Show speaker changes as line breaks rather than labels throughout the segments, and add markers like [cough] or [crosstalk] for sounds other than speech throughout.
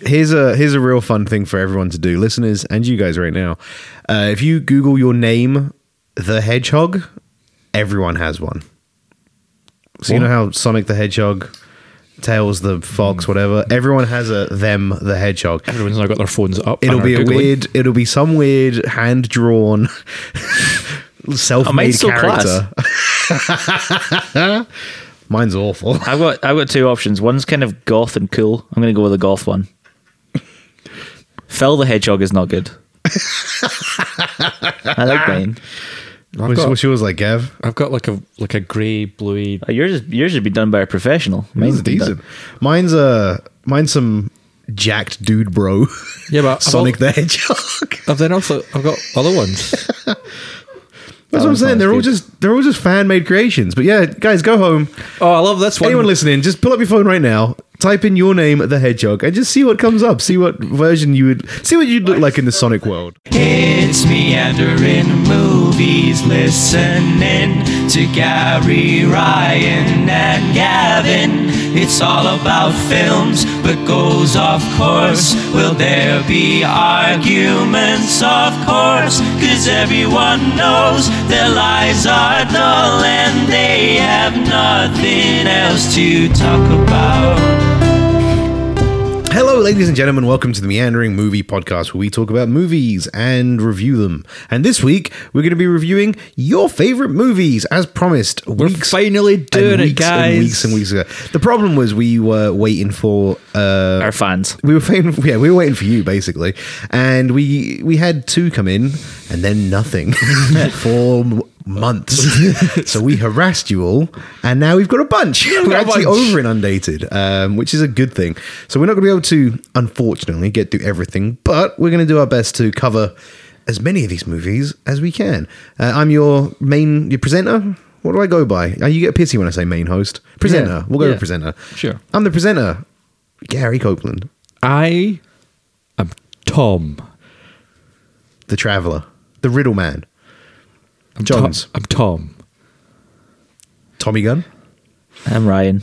here's a here's a real fun thing for everyone to do, listeners and you guys right now. Uh, if you Google your name, the Hedgehog, everyone has one. So you know how Sonic the Hedgehog, Tails the Fox,
Hmm.
whatever. Everyone has a them the Hedgehog.
Everyone's now got their phones up.
It'll
and
be
are
a
Googling.
weird. It'll be some weird hand
[laughs]
drawn, self made
mine's so
character. [laughs] Mine's awful.
I've got I've got two options. One's kind of goth and cool. I'm going to go with the goth one. Phil the Hedgehog is not good. I
[laughs]
like mine.
I've
What's,
got,
what's yours like, Gav?
I've got like a like a grey, bluey.
Uh, Yours is, yours should be done by a professional.
Mine's
Mine's been
decent.
done-
Mine's a mine's some jacked dude, bro.
Yeah, but I've
[laughs] Sonic
al-
the Hedgehog.
I've then also I've got other [laughs] ones.
That's what I'm
one's
saying.
not
They're
as
all
good.
just they're all just fan made creations. But yeah, guys, go home.
oh, I love this one.
Anyone listening, just pull up your phone right now. Type in your name, the Hedgehog, and just see what comes up. See what version you would see what you'd look like in the Sonic world.
It's meandering movies, listening to Gary Ryan and Gavin. It's all about films, but goes off course. Will there be arguments? Of course, cause everyone knows their lies are dull and they have nothing else to talk about.
Hello, ladies and gentlemen. Welcome to the Meandering Movie Podcast, where we talk about movies and review them. And this week, we're going to be reviewing your favorite movies, as promised. We're
finally doing it, guys.
And weeks and weeks ago. The problem was we were waiting for. Uh,
Our fans.
we were waiting, [laughs] yeah, we were waiting for you basically, and we we had two come in and then nothing [laughs] for m- months. so we harassed you all, and now we've got a bunch. we're
got a
actually
bunch.
over inundated, um, which is a good thing. So we're not going to be able to, unfortunately, get through everything, but we're going to do our best to cover as many of these movies as we can. Uh, I'm your main your presenter. What do I go by? Uh, You get pissy when I say main host. Presenter.
Yeah,
we'll go
yeah.
with presenter.
Sure.
I'm the presenter. Gary Copeland.
I am Tom.
the Traveller, the Riddle Man,
I'm
Johns.
Tom. I'm Tom.
Tommy Gun.
[laughs]
I'm Ryan.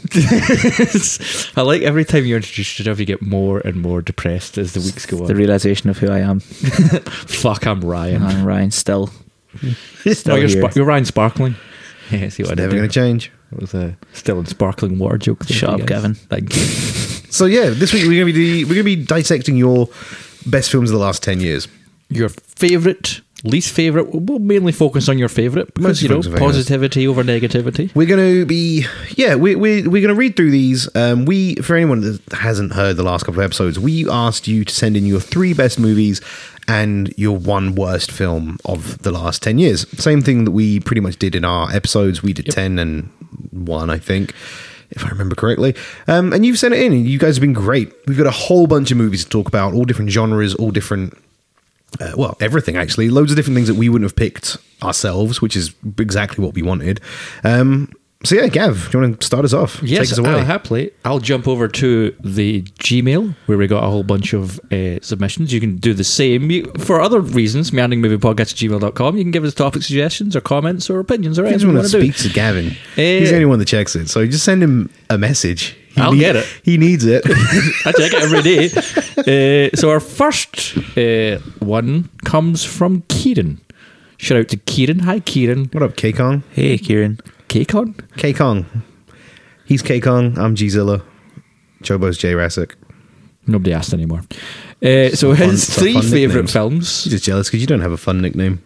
I like every time you introduce yourself, you get more and more depressed as the weeks go
the
on.
realization of who
[laughs]
I am.
Fuck, I'm Ryan.
I'm Ryan still.
oh, [laughs]
still
you're,
here.
spa- you're Ryan Sparkling. [laughs] Yeah, see what I did
Never
there?
going to change.
It was a still in sparkling water joke. there
Shut
for you
up,
guys.
Gavin.
Thank you.
So yeah, this week we're going to be we're going to be dissecting your best films of the last ten years.
Your favorite, least favorite. We'll mainly focus on your favorite because
Mostly
you know
focus on favorites.
positivity over negativity.
We're going to be yeah we we we're going to read through these. Um, we for anyone that hasn't heard the last couple of episodes, we asked you to send in your three best movies and your one worst film of the last ten years. Same thing that we pretty much did in our episodes. We did ten and one, I think. if I remember correctly. Um, and you've sent it in, and you guys have been great. We've got a whole bunch of movies to talk about, all different genres, all different. Uh, well, everything actually. Loads of different things that we wouldn't have picked ourselves, which is exactly what we wanted. Um, so yeah, Gav, do you want to start us off? Take us away.
I'll happily. I'll jump over to the Gmail where we got a whole bunch of uh, submissions. You can do the same You- for other reasons. meanderingmoviepodcast@gmail.com. You can give us topic suggestions or comments or opinions or
I just
anything you
want to
want to do.
speak to Gavin.
[laughs] Eh.
He's the only one that checks it, so just send him a message. He
I'll
need-
get it.
He needs it. [laughs]
I check it every day. Uh, so our first uh, one comes from Kieran. Shout out to Kieran. Hi, Kieran.
what up, K Kong?
[laughs] Hey, Kieran.
K-Con?
K Kong. He's K Kong. I'm G Zilla. Chobo's J Rassic.
Nobody asked anymore. Uh, so
fun-
his
some
three
fun
favourite
nicknames.
films.
He's just jealous because you don't have a fun nickname.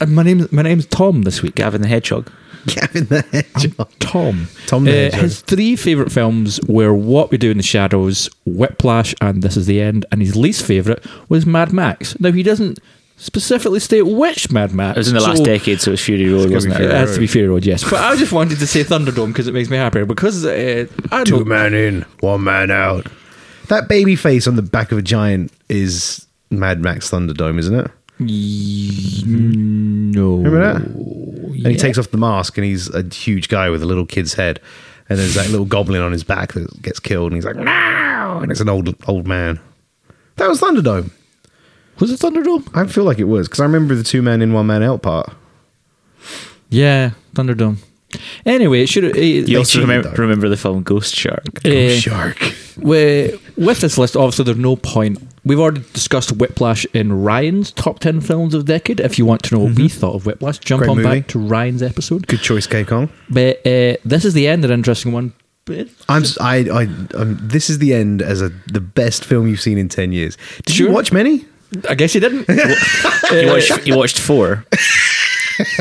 And my name, my name's Tom this week.
Gavin the Hedgehog.
Gavin the Hedgehog.
Tom. Uh,
Tom the Hedgehog.
His three favourite films were What We Do in the Shadows, Whiplash, and This Is the End. And his least favourite was Mad Max. Now, he doesn't specifically state which Mad Max.
It was in the last
so uh,
decade, so it was Fury Road, wasn't
gotta be
It
it?
Fury
has to be Fury Road, yes. But I just wanted to say Thunderdome because it makes me happier. Because uh, I
Two
don't.
man in, one man out. That baby face on the back of a giant is Mad Max Thunderdome, isn't it?
No.
Remember that? And he takes off the mask and he's a huge guy with a little kid's head. And there's that little goblin on his back that gets killed and he's like, no! And it's an old old man. That was Thunderdome.
Was it Thunderdome?
I feel like it was because I remember the two man in, one man out part.
Yeah, Thunderdome. Anyway, it should. uh,
You also
cheated,
remember,
though.
[laughs]
remember the film Ghost Shark.
Ghost
Uh,
Shark.
we, with this list, obviously, there's no point. We've already discussed Whiplash in Ryan's top 10 films of the decade. If you want to know what we thought of Whiplash, jump
Mm-hmm. Great
on
movie.
back to Ryan's episode.
Good choice, K Kong.
But uh, this is the end, an interesting one. But
I'm s- I I um, this is the end as a the best film you've seen in ten years. Did
Sure.
you watch many?
I guess
[laughs]
you didn't.
You watched, you watched four.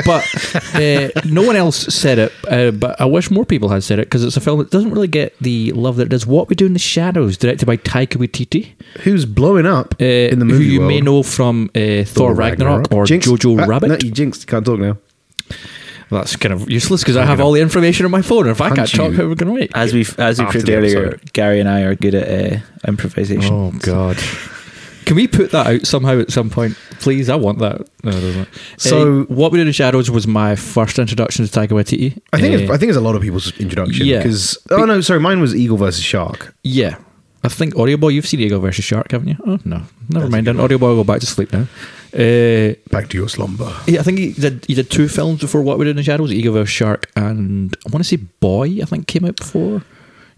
but uh, no one else said it. Uh, but I wish more people had said it because it's a film that doesn't really get the love that it does. What We Do in the Shadows, directed by Taika Waititi,
Who's blowing up
uh,
in the
who
movie
you
world?
may know from uh, Thor, Ragnarok, or
Jinx.
Jojo
Ah,
Rabbit.
No, you jinxed. Can't talk now.
Well, that's kind of useless because I have all the information on my phone. and If I can't
Punch
talk,
you.
how are we going to wait?
As we've as we
After
proved
the
earlier,
episode.
Gary and I are good at uh, improvisation.
Oh God! Can we put that out somehow at some point, please? I want that. No, it doesn't.
So-
Uh, what we did in the shadows was my first introduction to Taika Waititi.
I think it's,
Uh,
I think it's a lot of people's introduction.
Yeah.
Because oh no, sorry, mine was Eagle versus Shark.
yeah. I think Audio Boy. You've seen Eagle versus Shark, haven't you? Oh no, never mind. Then Audio Boy will go back to sleep now. Uh,
Back to your slumber.
yeah, I think he did. He did two films before What We Did in the Shadows: Eagle versus Shark, and I want to say Boy. I think came out before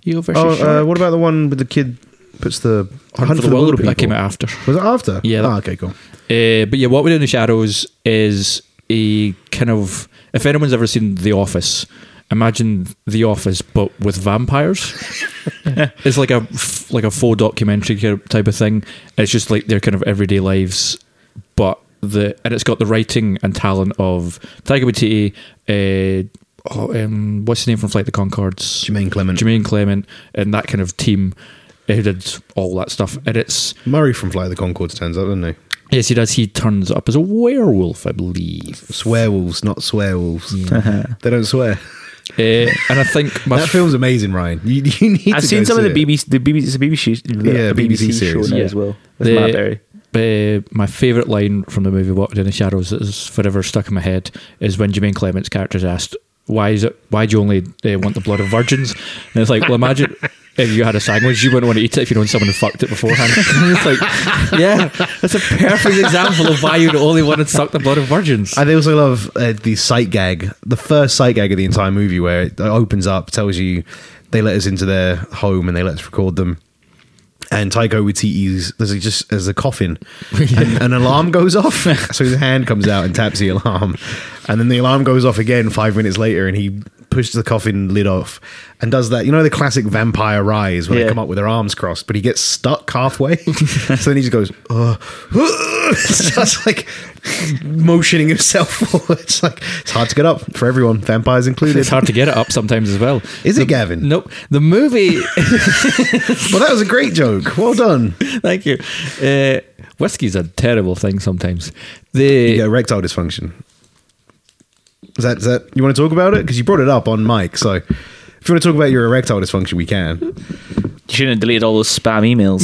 Eagle versus
Oh, uh,
Shark.
what about the one with the kid puts the hunt, for, the, wilder people?
That came out after.
Was it after?
Yeah, that-
Ah, okay, cool.
Uh, but yeah, what we do in the shadows is a kind of if anyone's ever seen The Office, imagine The Office but with vampires. it's like a f- like a faux documentary ki- type of thing. It's just like their kind of everyday lives, but the and it's got the writing and talent of Taika Waititi. Uh, oh, um, what's his name from Flight of the Concords?
Jermaine Clement.
Jermaine Clement and that kind of team who did all that stuff. And it's
Murray from Flight of the Concord stands up, doesn't he?
Yes, he does. He turns up as a werewolf, I believe.
Swearwolves, not swearwolves. [laughs] they don't swear.
Uh, and I think [laughs] my
That film's amazing, Ryan. You, [laughs] you need
I've
to
seen
go
some of
see
the
it.
BBC, the BBC, the BBC,
Yeah, BBC series.
show now
Yeah.
as well with
The-
Matt Berry.
Uh, my favourite line from the movie What We Do in the Shadows that is forever stuck in my head is when Jermaine Clement's character is asked, "Why is it? Why do you only uh, want the blood of virgins?" And it's like, well, [laughs] imagine if you had a sandwich, you wouldn't want to eat it if you known someone who fucked it beforehand. [laughs] it's like, yeah, that's a perfect example of why you'd only want to suck the blood of virgins.
I also love uh, the sight gag, the first sight gag of the entire movie, where it opens up, tells you they let us into their home and they let us record them. And Taiko with TE's, there's a, just there's a coffin, and an alarm goes off. so his hand comes out and taps the alarm, and then the alarm goes off again five minutes later, and he pushes the coffin lid off and does that. You know the classic vampire rise where they
Yeah.
come up with their arms crossed, but he gets stuck halfway. [laughs] so then he just goes, uh, so it's like motioning himself forward. It's like it's hard to get up for everyone, vampires included.
it's hard to get it up sometimes as well.
Is it
The-
Gavin?
Nope. The movie.
Well, that was a great joke. Well done.
[laughs] Thank you. Uh, whiskey's a terrible thing sometimes. The
Yeah, erectile dysfunction. Is that, is that you want to talk about it? Because you brought it up on mic. So if you want to talk about your erectile dysfunction, we can.
You shouldn't have deleted all those spam [laughs] emails.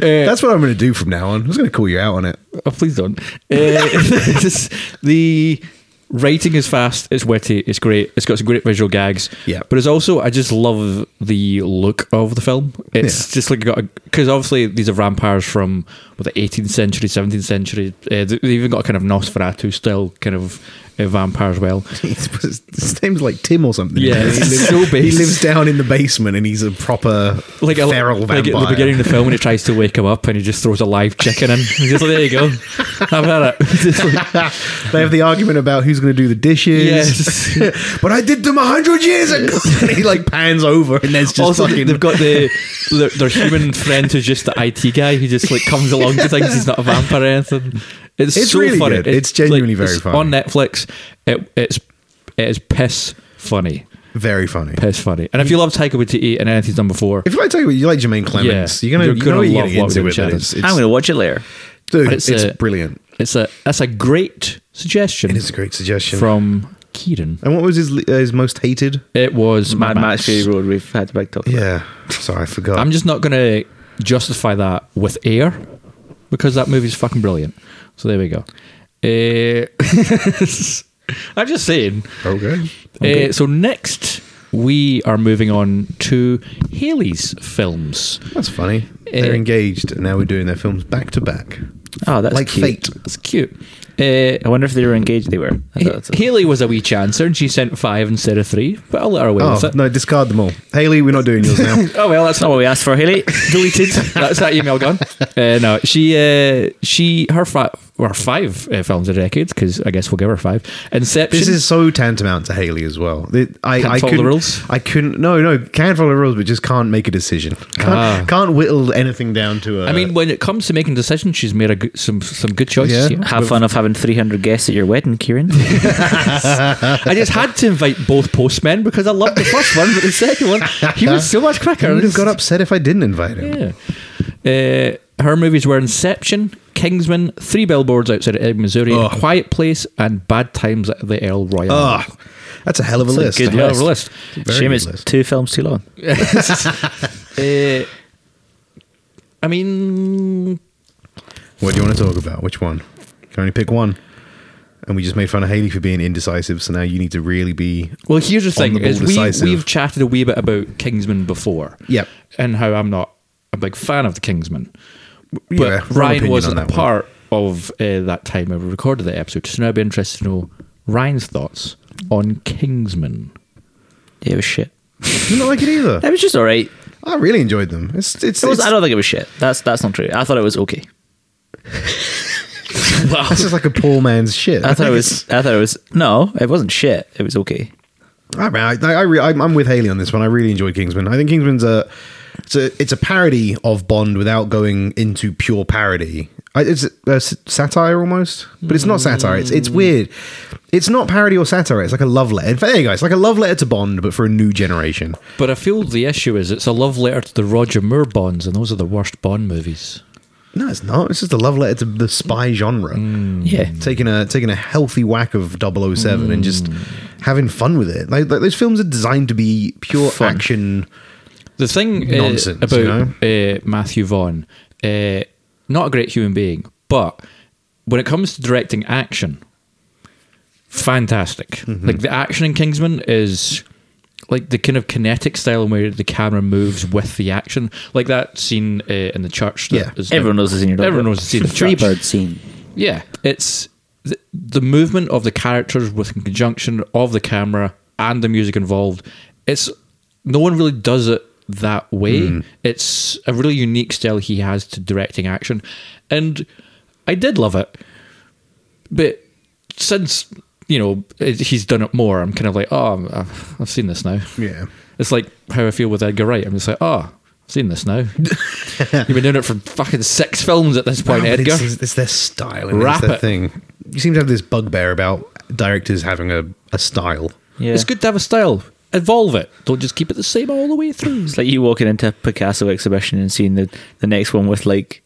That's what I'm going to do from now on. I was going to call you out on it. [laughs]
oh, please don't. Uh, [laughs] this- the writing is fast. It's witty. It's great. It's got some great visual gags.
Yeah.
But it's also I just love the look of the film. It's
Yeah.
just like got because obviously these are vampires from what, the 18th century, 17th century. Uh, they- they've even got a kind of Nosferatu style kind of uh, vampire as well.
His name's like Tim or something.
Yeah,
he
it's
lives,
so
he
base.
lives down in the basement and he's a proper
like a,
feral vampire.
like at the beginning of the film when he tries to wake him up and he just throws a live chicken in. He's just like, there you go. I've had it. [laughs] Just like,
they have the argument about who's going to do the dishes.
Yes.
[laughs] but I did them a hundred years ago. and he like pans over and there's just
also,
fucking.
they've got the their, their human friend who's just the IT guy who just like comes along to things he's not a vampire or anything. It's,
It's
so
really
funny.
good. It's genuinely very
it's
funny.
On Netflix, it, it's it is piss funny,
very funny.
piss funny. And if you love Taika Waititi and anything he's done before,
If I tell you, you like Jermaine Clements,
Yeah.
you're gonna
You're
you
gonna
know you're gonna
love
get
What We Do
into
in
it.
the
but It's,
I'm
it's,
going to watch it later.
dude,
it's
it's,
a-
brilliant.
it's a that's a great suggestion.
It is a great suggestion.
from Kieran.
and what was his uh, his most hated?
It was
Mad Max Fury Road. We've had a big talk. about
Yeah, sorry, I forgot.
I'm just not going to justify that with air because that movie's fucking brilliant. So there we go. Uh, [laughs] I'm just saying.
okay.
Uh, so next, we are moving on to Haley's films.
That's funny. They're
Uh,
engaged, and now we're doing their films back to back,
it. Oh, that's
like
cute.
fate.
That's cute. Uh,
I wonder if they were engaged. They were. I thought that's a-
Haley was a wee chancer and she sent five instead of three, but I'll let her away with
Oh,
it.
no, discard them all. Haley, we're not doing yours now.
Oh well, that's
Not
not
what we asked
[laughs]
for, Haley.
deleted. That's that email gone. Uh, no, she, uh, she, her fi- or five uh, films a decade because I guess we'll give her five. Inception.
This is so tantamount to Haley as well. It- I,
Can't
I
follow the
couldn't,
rules?
I couldn't. No, no, can follow the rules, but just can't make a decision. Can't,
Ah.
can't whittle anything down to a.
I mean, when it comes to making decisions, she's made a good, some some good
Yeah.
choices. here.
Have fun of having 300 guests at your
[laughs]
wedding, Kieran.
I just had to invite both postmen because I loved the first one, but the second one, he was so much quicker.
I would have got upset if I didn't invite him.
Yeah. Uh, her movies were Inception, Kingsman, Three Billboards Outside of Ebbing, Missouri,
Ugh.
Quiet Place, and Bad Times at the El Royale.
Ah, that's a hell of a
a
list.
good
Hell of a
list.
list.
Very
Shame
good
it's
list.
two films too long.
Uh, I mean,
What do you want to talk about? Which one? Can only pick one. And we just made fun of Haley for being indecisive, so now you need to really be.
well, here's the thing:
the ball
is we
decisive.
we've chatted a wee bit about Kingsman before,
Yep.
and how I'm not a big fan of the Kingsman. But
Yeah, wrong
Ryan
opinion
wasn't
on
a
that one.
part of uh, that time when we recorded the episode, so now I'd be interested to know Ryan's thoughts on Kingsman.
Yeah, it was shit.
Didn't like it
[laughs]
either.
It was just all right.
I really enjoyed them. It's it's.
It was,
it's-
I don't think it was shit. That's that's not true. I thought it was okay.
that's just like a poor man's
[laughs]
shit.
I thought it
think
was. I thought it was. No, it wasn't shit. It was okay.
I mean, I, I, I re- I'm, I'm with Haley on this one. I really enjoyed Kingsman. I think Kingsman's a it's a it's a parody of Bond without going into pure parody. I, it's a s- satire almost, but it's not satire. It's it's weird. It's not parody or satire. It's like a love letter. In fact, there you go. It's like a love letter to Bond, but for a new generation.
But I feel the issue is it's a love letter to the Roger Moore Bonds, and those are the worst Bond movies.
No, it's not. It's just a love letter to the spy genre.
Yeah.
Taking a taking a healthy whack of 007 and just having fun with it. Like, like those films are designed to be pure
Fun.
action.
The thing uh,
Nonsense,
about
you
uh, Matthew Vaughn, uh, not a great human being, but when it comes to directing action, fantastic.
Mm-hmm.
Like the action in Kingsman is like the kind of kinetic style in where the camera moves with the action, like that scene uh, in the church. that
Yeah.
is-
Everyone knows this in your.
Everyone knows the scene in the church.
Freebird scene.
Yeah, it's the, the movement of the characters with in conjunction of the camera and the music involved. It's no one really does it that way. It's a really unique style he has to directing action, and I did love it. But since you know it, he's done it more, I'm kind of like, oh, I've, I've seen this now.
Yeah.
It's like how I feel with Edgar Wright. I'm just like, oh, I've seen this now. You've been doing it for fucking six films at this point,
No, but
Edgar.
It's, it's their style and
Wrap
it's their
it.
thing. You seem to have this bugbear about directors having a, a style.
Yeah.
It's good to have a style. Evolve it. Don't just keep it the same all the way through.
It's like you walking into a Picasso exhibition and seeing the, the next one with like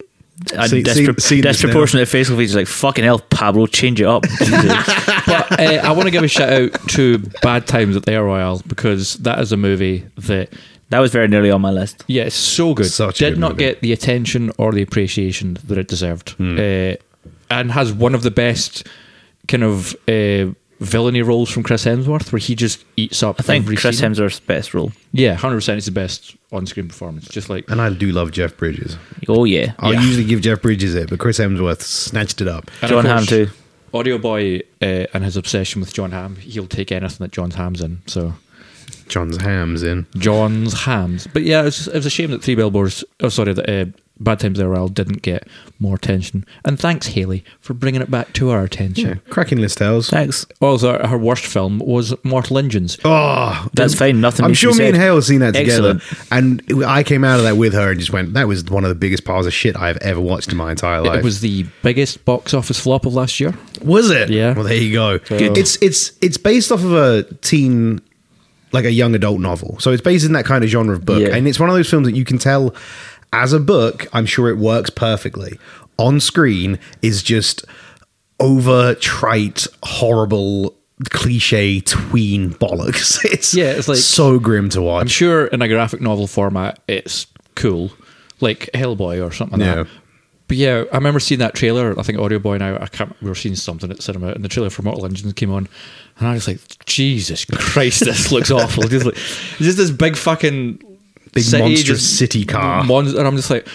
a
See-
dispro-
seen- seen this
disproportionate facial features. Like fucking hell, Pablo,
[laughs]
change it up. Jesus.
But [laughs] uh, I want to give a shout out to Bad Times at the Air Royale because that is a movie that,
that was very nearly on my list.
yeah, it's so good.
Such a
Did
good
not
movie. Hmm.
get the attention or the appreciation that it deserved. Uh, and has one of the best kind of uh, villainy roles from Chris Hemsworth where he just eats up
I think
every
Chris
scene.
Hemsworth's best role.
Yeah, 100% it's the best on screen performance. Just like.
And I do love Jeff Bridges.
Oh yeah,
I'll
Yeah.
usually give Jeff Bridges it, but Chris Hemsworth snatched it up.
and
John
of
Hamm
course,
too.
Audio Boy uh, and his obsession with John Hamm, he'll take anything that John Hamm's in. So
John's hams in.
John's hams. But yeah, it was, it was a shame that Three Billboards, oh, sorry, that uh, Bad Times There Royale didn't get more attention. And thanks, Haley, for bringing it back to our attention.
Yeah, cracking list tales.
Thanks.
Also, her worst film was Mortal Engines.
Oh,
That's fine. Nothing.
I'm
needs to
sure
be
me and
said.
Hale have seen that together.
Excellent.
And I came out of that with her and just went, that was one of the biggest piles of shit I've ever watched in my entire life.
It was the biggest box office flop of last year.
Was it?
Yeah.
Well, there you go.
Good.
It's it's it's based off of a teen, like a young adult novel. So it's based in that kind of genre of book,
Yeah.
and it's one of those films that you can tell as a book. I'm sure it works perfectly. On screen is just over trite, horrible, cliche tween bollocks. [laughs] It's
Yeah, it's like-
so grim to watch.
I'm sure in a graphic novel format, it's cool, like Hellboy or something like
Yeah.
that. But yeah, I remember seeing that trailer. I think Audio Boy and I, I can't, we were seeing something at cinema, and the trailer for Mortal Engines came on, and I was like, Jesus Christ, this looks awful. Just like, just this big fucking
Big monstrous
just
city car.
mon- and I'm just like,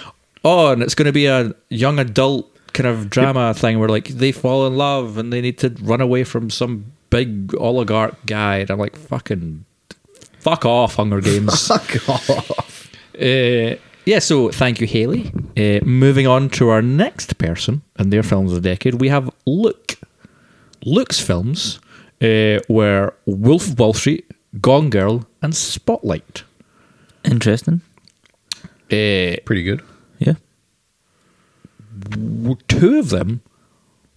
oh, and it's going to be a young adult kind of drama thing where like they fall in love and they need to run away from some big oligarch guy, and I'm like, fucking, fuck off, Hunger Games.
[laughs]
Oh
Fuck off.
Uh, yeah, so thank you, Haley. Uh, moving on to our next person and their films of the decade, we have Luke. Luke's films uh, were Wolf of Wall Street, Gone Girl, and Spotlight.
Interesting.
Uh,
Pretty good.
Yeah.
w- two of them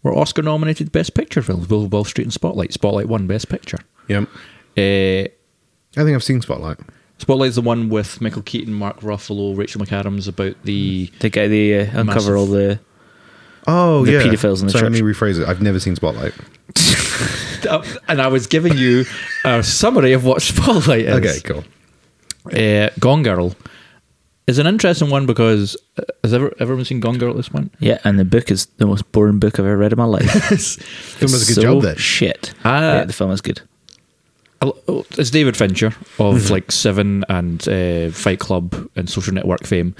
were Oscar nominated Best Picture films Wolf of Wall Street and Spotlight. Spotlight won Best Picture.
Yeah.
Uh,
I think I've seen Spotlight.
Spotlight's the one with Michael Keaton, Mark Ruffalo, Rachel McAdams about the.
They get the uh,
Massive.
uncover all the.
Oh
The
yeah,
paedophiles in the
Sorry,
church.
Let me rephrase it. I've never seen Spotlight.
and I was giving you a summary of what Spotlight is.
Okay, cool.
uh, Gone Girl is an interesting one because uh, has ever everyone seen Gone Girl at this point?
Yeah, and the book is the most boring book I've ever read in my life.
Film does a good
so
job there.
Shit.
Ah.
yeah, the film is good.
oh, It's David Fincher of
Mm-hmm.
like Seven and uh, Fight Club and Social Network fame.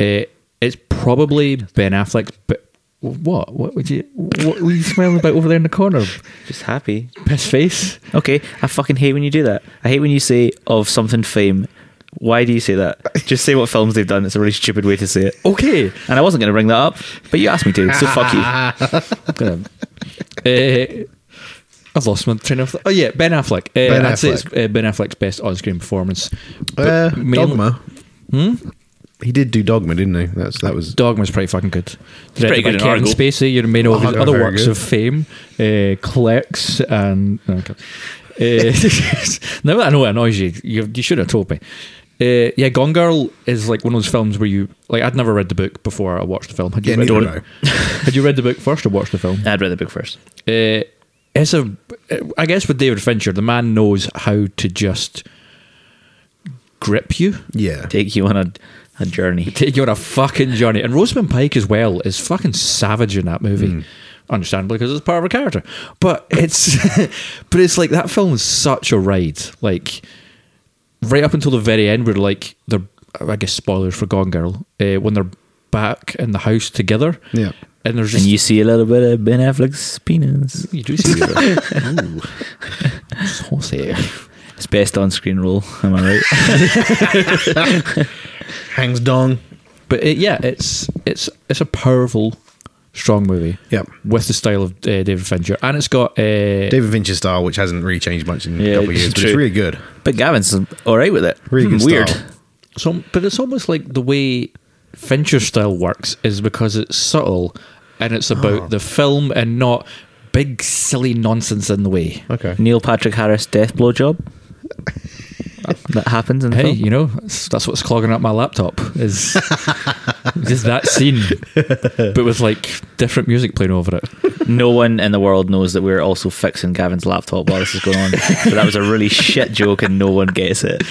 Uh, it's probably Ben Affleck's. But what? What would you? What were you smiling about over there in the corner?
Just happy.
Piss face.
Okay, I fucking hate when you do that. I hate when you say of something fame. Why do you
[laughs]
say that? Just say what films they've done. It's a really stupid way to say it.
Okay.
And I wasn't going to bring that up, but you asked me to,
[laughs]
so fuck you.
Gonna- uh, I've lost my train of thought. Oh yeah, Ben Affleck. Uh,
Ben
I'd say it's
Affleck.
uh, Ben Affleck's best on-screen performance.
Uh,
But mainly-
Dogma.
Hmm?
He did do Dogma, didn't he? That's that was.
Dogma's pretty fucking good. Directed
pretty good
by
in
Kevin
Argo.
Spacey. You may know of his
Argo,
other
Oh, very
works
good.
of fame, uh, Clerks, and no, okay. uh, [laughs] now that I know it annoys you, you, you should have told me. Uh, yeah, Gone Girl is like one of those films where you like. I'd never read the book before I watched the film. Had you
Yeah,
read
neither
the
did
book? [laughs] Had you read the book first or watched the film?
I'd read the book first.
Uh, it's a. I guess with David Fincher, the man knows how to just grip you.
[laughs] Yeah.
Take you on a, a journey.
take you on a fucking journey. And Rosamund Pike as well is fucking savage in that movie. Understandably, because it's part of her character. But it's [laughs] but it's like that film is such a ride. Like right up until the very end, where like they're I guess spoilers for Gone Girl uh, when they're back in the house together.
Yeah.
and there's
And
just
you see a little bit of Ben Affleck's penis.
you do see that. Ooh. saucy.
It's best on screen role, am I
[laughs]
right?
Hangs dong.
But it, yeah, it's it's it's a powerful, strong movie.
Yep.
with the style of uh, David Fincher, and it's got uh,
David Fincher style, which hasn't really changed much in a
Yeah,
couple of
it's
years, but it's
true.
really good.
but Gavin's alright with it.
Really
Hmm,
good
Weird.
style.
So, but it's almost like the way Fincher style works is because it's subtle and it's
Ah.
about the film and not big silly nonsense in the way.
Okay.
Neil Patrick Harris death blowjob. that happens in the
Hey,
film.
you know that's, that's what's clogging up my laptop
[laughs]
is is that scene, but with like different music playing over it.
No one in the world knows that we're also fixing Gavin's laptop while this is going on. so that was a really shit joke, and no one gets
[laughs]
it.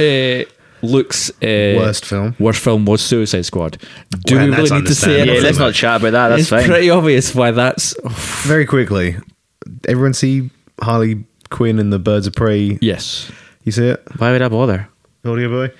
Uh, Luke's uh,
Worst film.
Worst film was Suicide Squad. Do
Well,
we
that's
really need to say
understandable,
Yeah,
anything?
let's not chat about that. That's
it's
fine.
pretty obvious why that's
Very quickly, everyone see Harley Quinn and the Birds of Prey.
yes.
You see it,
Why would I bother?
audio boy?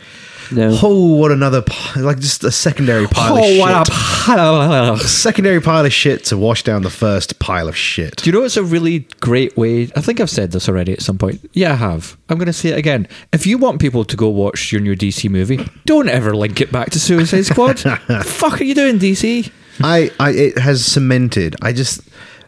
No. Oh,
Oh, what another pi- like just a secondary pile of shit.
up.
Secondary pile of shit to wash down the first pile of shit.
Do you know it's a really great way? I think I've said this already at some point. Yeah, I have. I'm going to say it again. If you want people to go watch your new DC movie, don't ever link it back to Suicide Squad. Fuck are you doing, DC?
I, I it has cemented. I just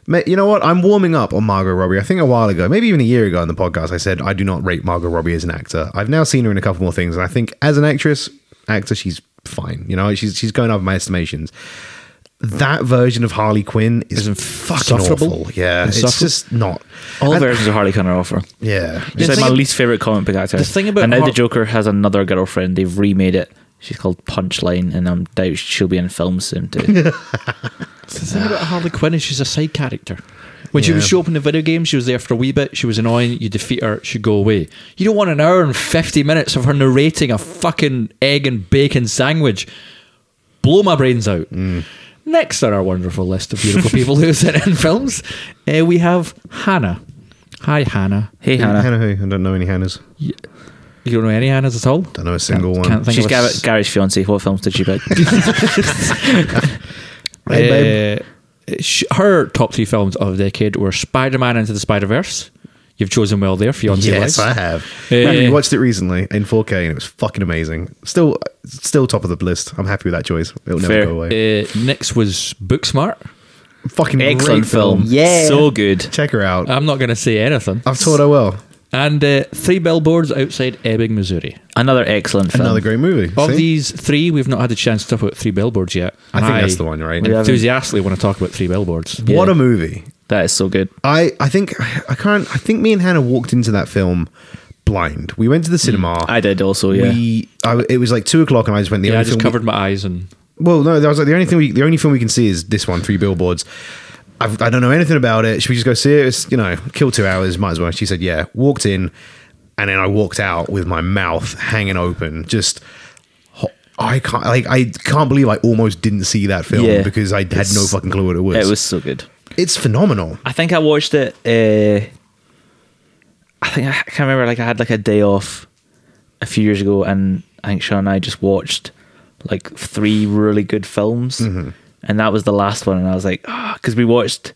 ma- you know what? I'm warming up on Margot Robbie. I think a while ago, maybe even a year ago on the podcast, I said I do not rate Margot Robbie as an actor. I've now seen her in a couple more things, and I think as an actress, actor, she's fine. You know, she's she's going up in my estimations. That version of Harley Quinn is fucking
insufferable.
awful. Yeah, it's
Insufferable.
just not.
All
and-
versions of Harley Quinn are awful.
Yeah,
It's
the
like
thing
my
ab-
least favorite comic book actor.
the thing about
and now
Har-
the Joker has another girlfriend. They've remade it. She's called Punchline, and I am doubt she'll be in film soon
[laughs]
too.
The thing
[sighs]
about Harley Quinn is she's a side character. When she
Yeah.
was show up in the video game, she was there for a wee bit. She was annoying. You defeat her, she'd go away. You don't want an hour and 50 minutes of her narrating a fucking egg and bacon sandwich. Blow my brains out.
Mm.
Next on our wonderful list of beautiful people who sit in films, uh, we have Hannah. Hi, Hannah.
hey
Hannah.
Hannah,
who? I don't know any Hannahs.
You don't know any Hannahs at all?
Don't know a single
Can't-
one.
can't think
she's
of a s- [laughs]
Garrett, Gary's fiance. What films did she pick?
Hey, babe.
Uh, sh- her top three films of the decade were Spider Man Into the Spider Verse. You've chosen well there, fiance.
Yes,
Liz.
I have.
Uh,
we watched it recently in 4K, and it was fucking amazing. Still, still top of the list. I'm happy with that choice. It'll never
Fair.
go away.
Uh, next was Booksmart.
fucking
Excellent
great film.
film.
Yeah.
So good.
Check her out.
I'm not going to say anything.
I've taught her well.
And uh, Three Billboards Outside Ebbing, Missouri.
Another excellent film.
Another great movie.
Of
See?
these three, we've not had the chance to talk about Three Billboards yet.
I think that's the one, right?
We haven't.
Enthusiastically want to talk about Three Billboards.
What
Yeah.
a movie!
That is so good.
I, I think I can't. I think me and Hannah walked into that film blind. We went to the cinema.
Mm. I did also, yeah.
We, I, it was like two o'clock, and I just went. The
Yeah,
only
I just
film we-
covered my eyes and
well, no, that was like the only thing. We, the only film we can see is this one, Three Billboards. I've, I don't know anything about it. Should we just go see it? It's, you know, kill two hours, might as well. She said, yeah. Walked in, and then I walked out with my mouth hanging open. Just, ho- I can't, like, I can't believe I almost didn't see that film
Yeah.
because I had no
It's-
fucking clue what it was.
It was so good.
it's phenomenal.
I think I watched it. Uh, I think I I can't remember. Like I had like a day off a few years ago, and I think Sean and I just watched like three really good films, and that was the last one. And I was like, ah, because we watched.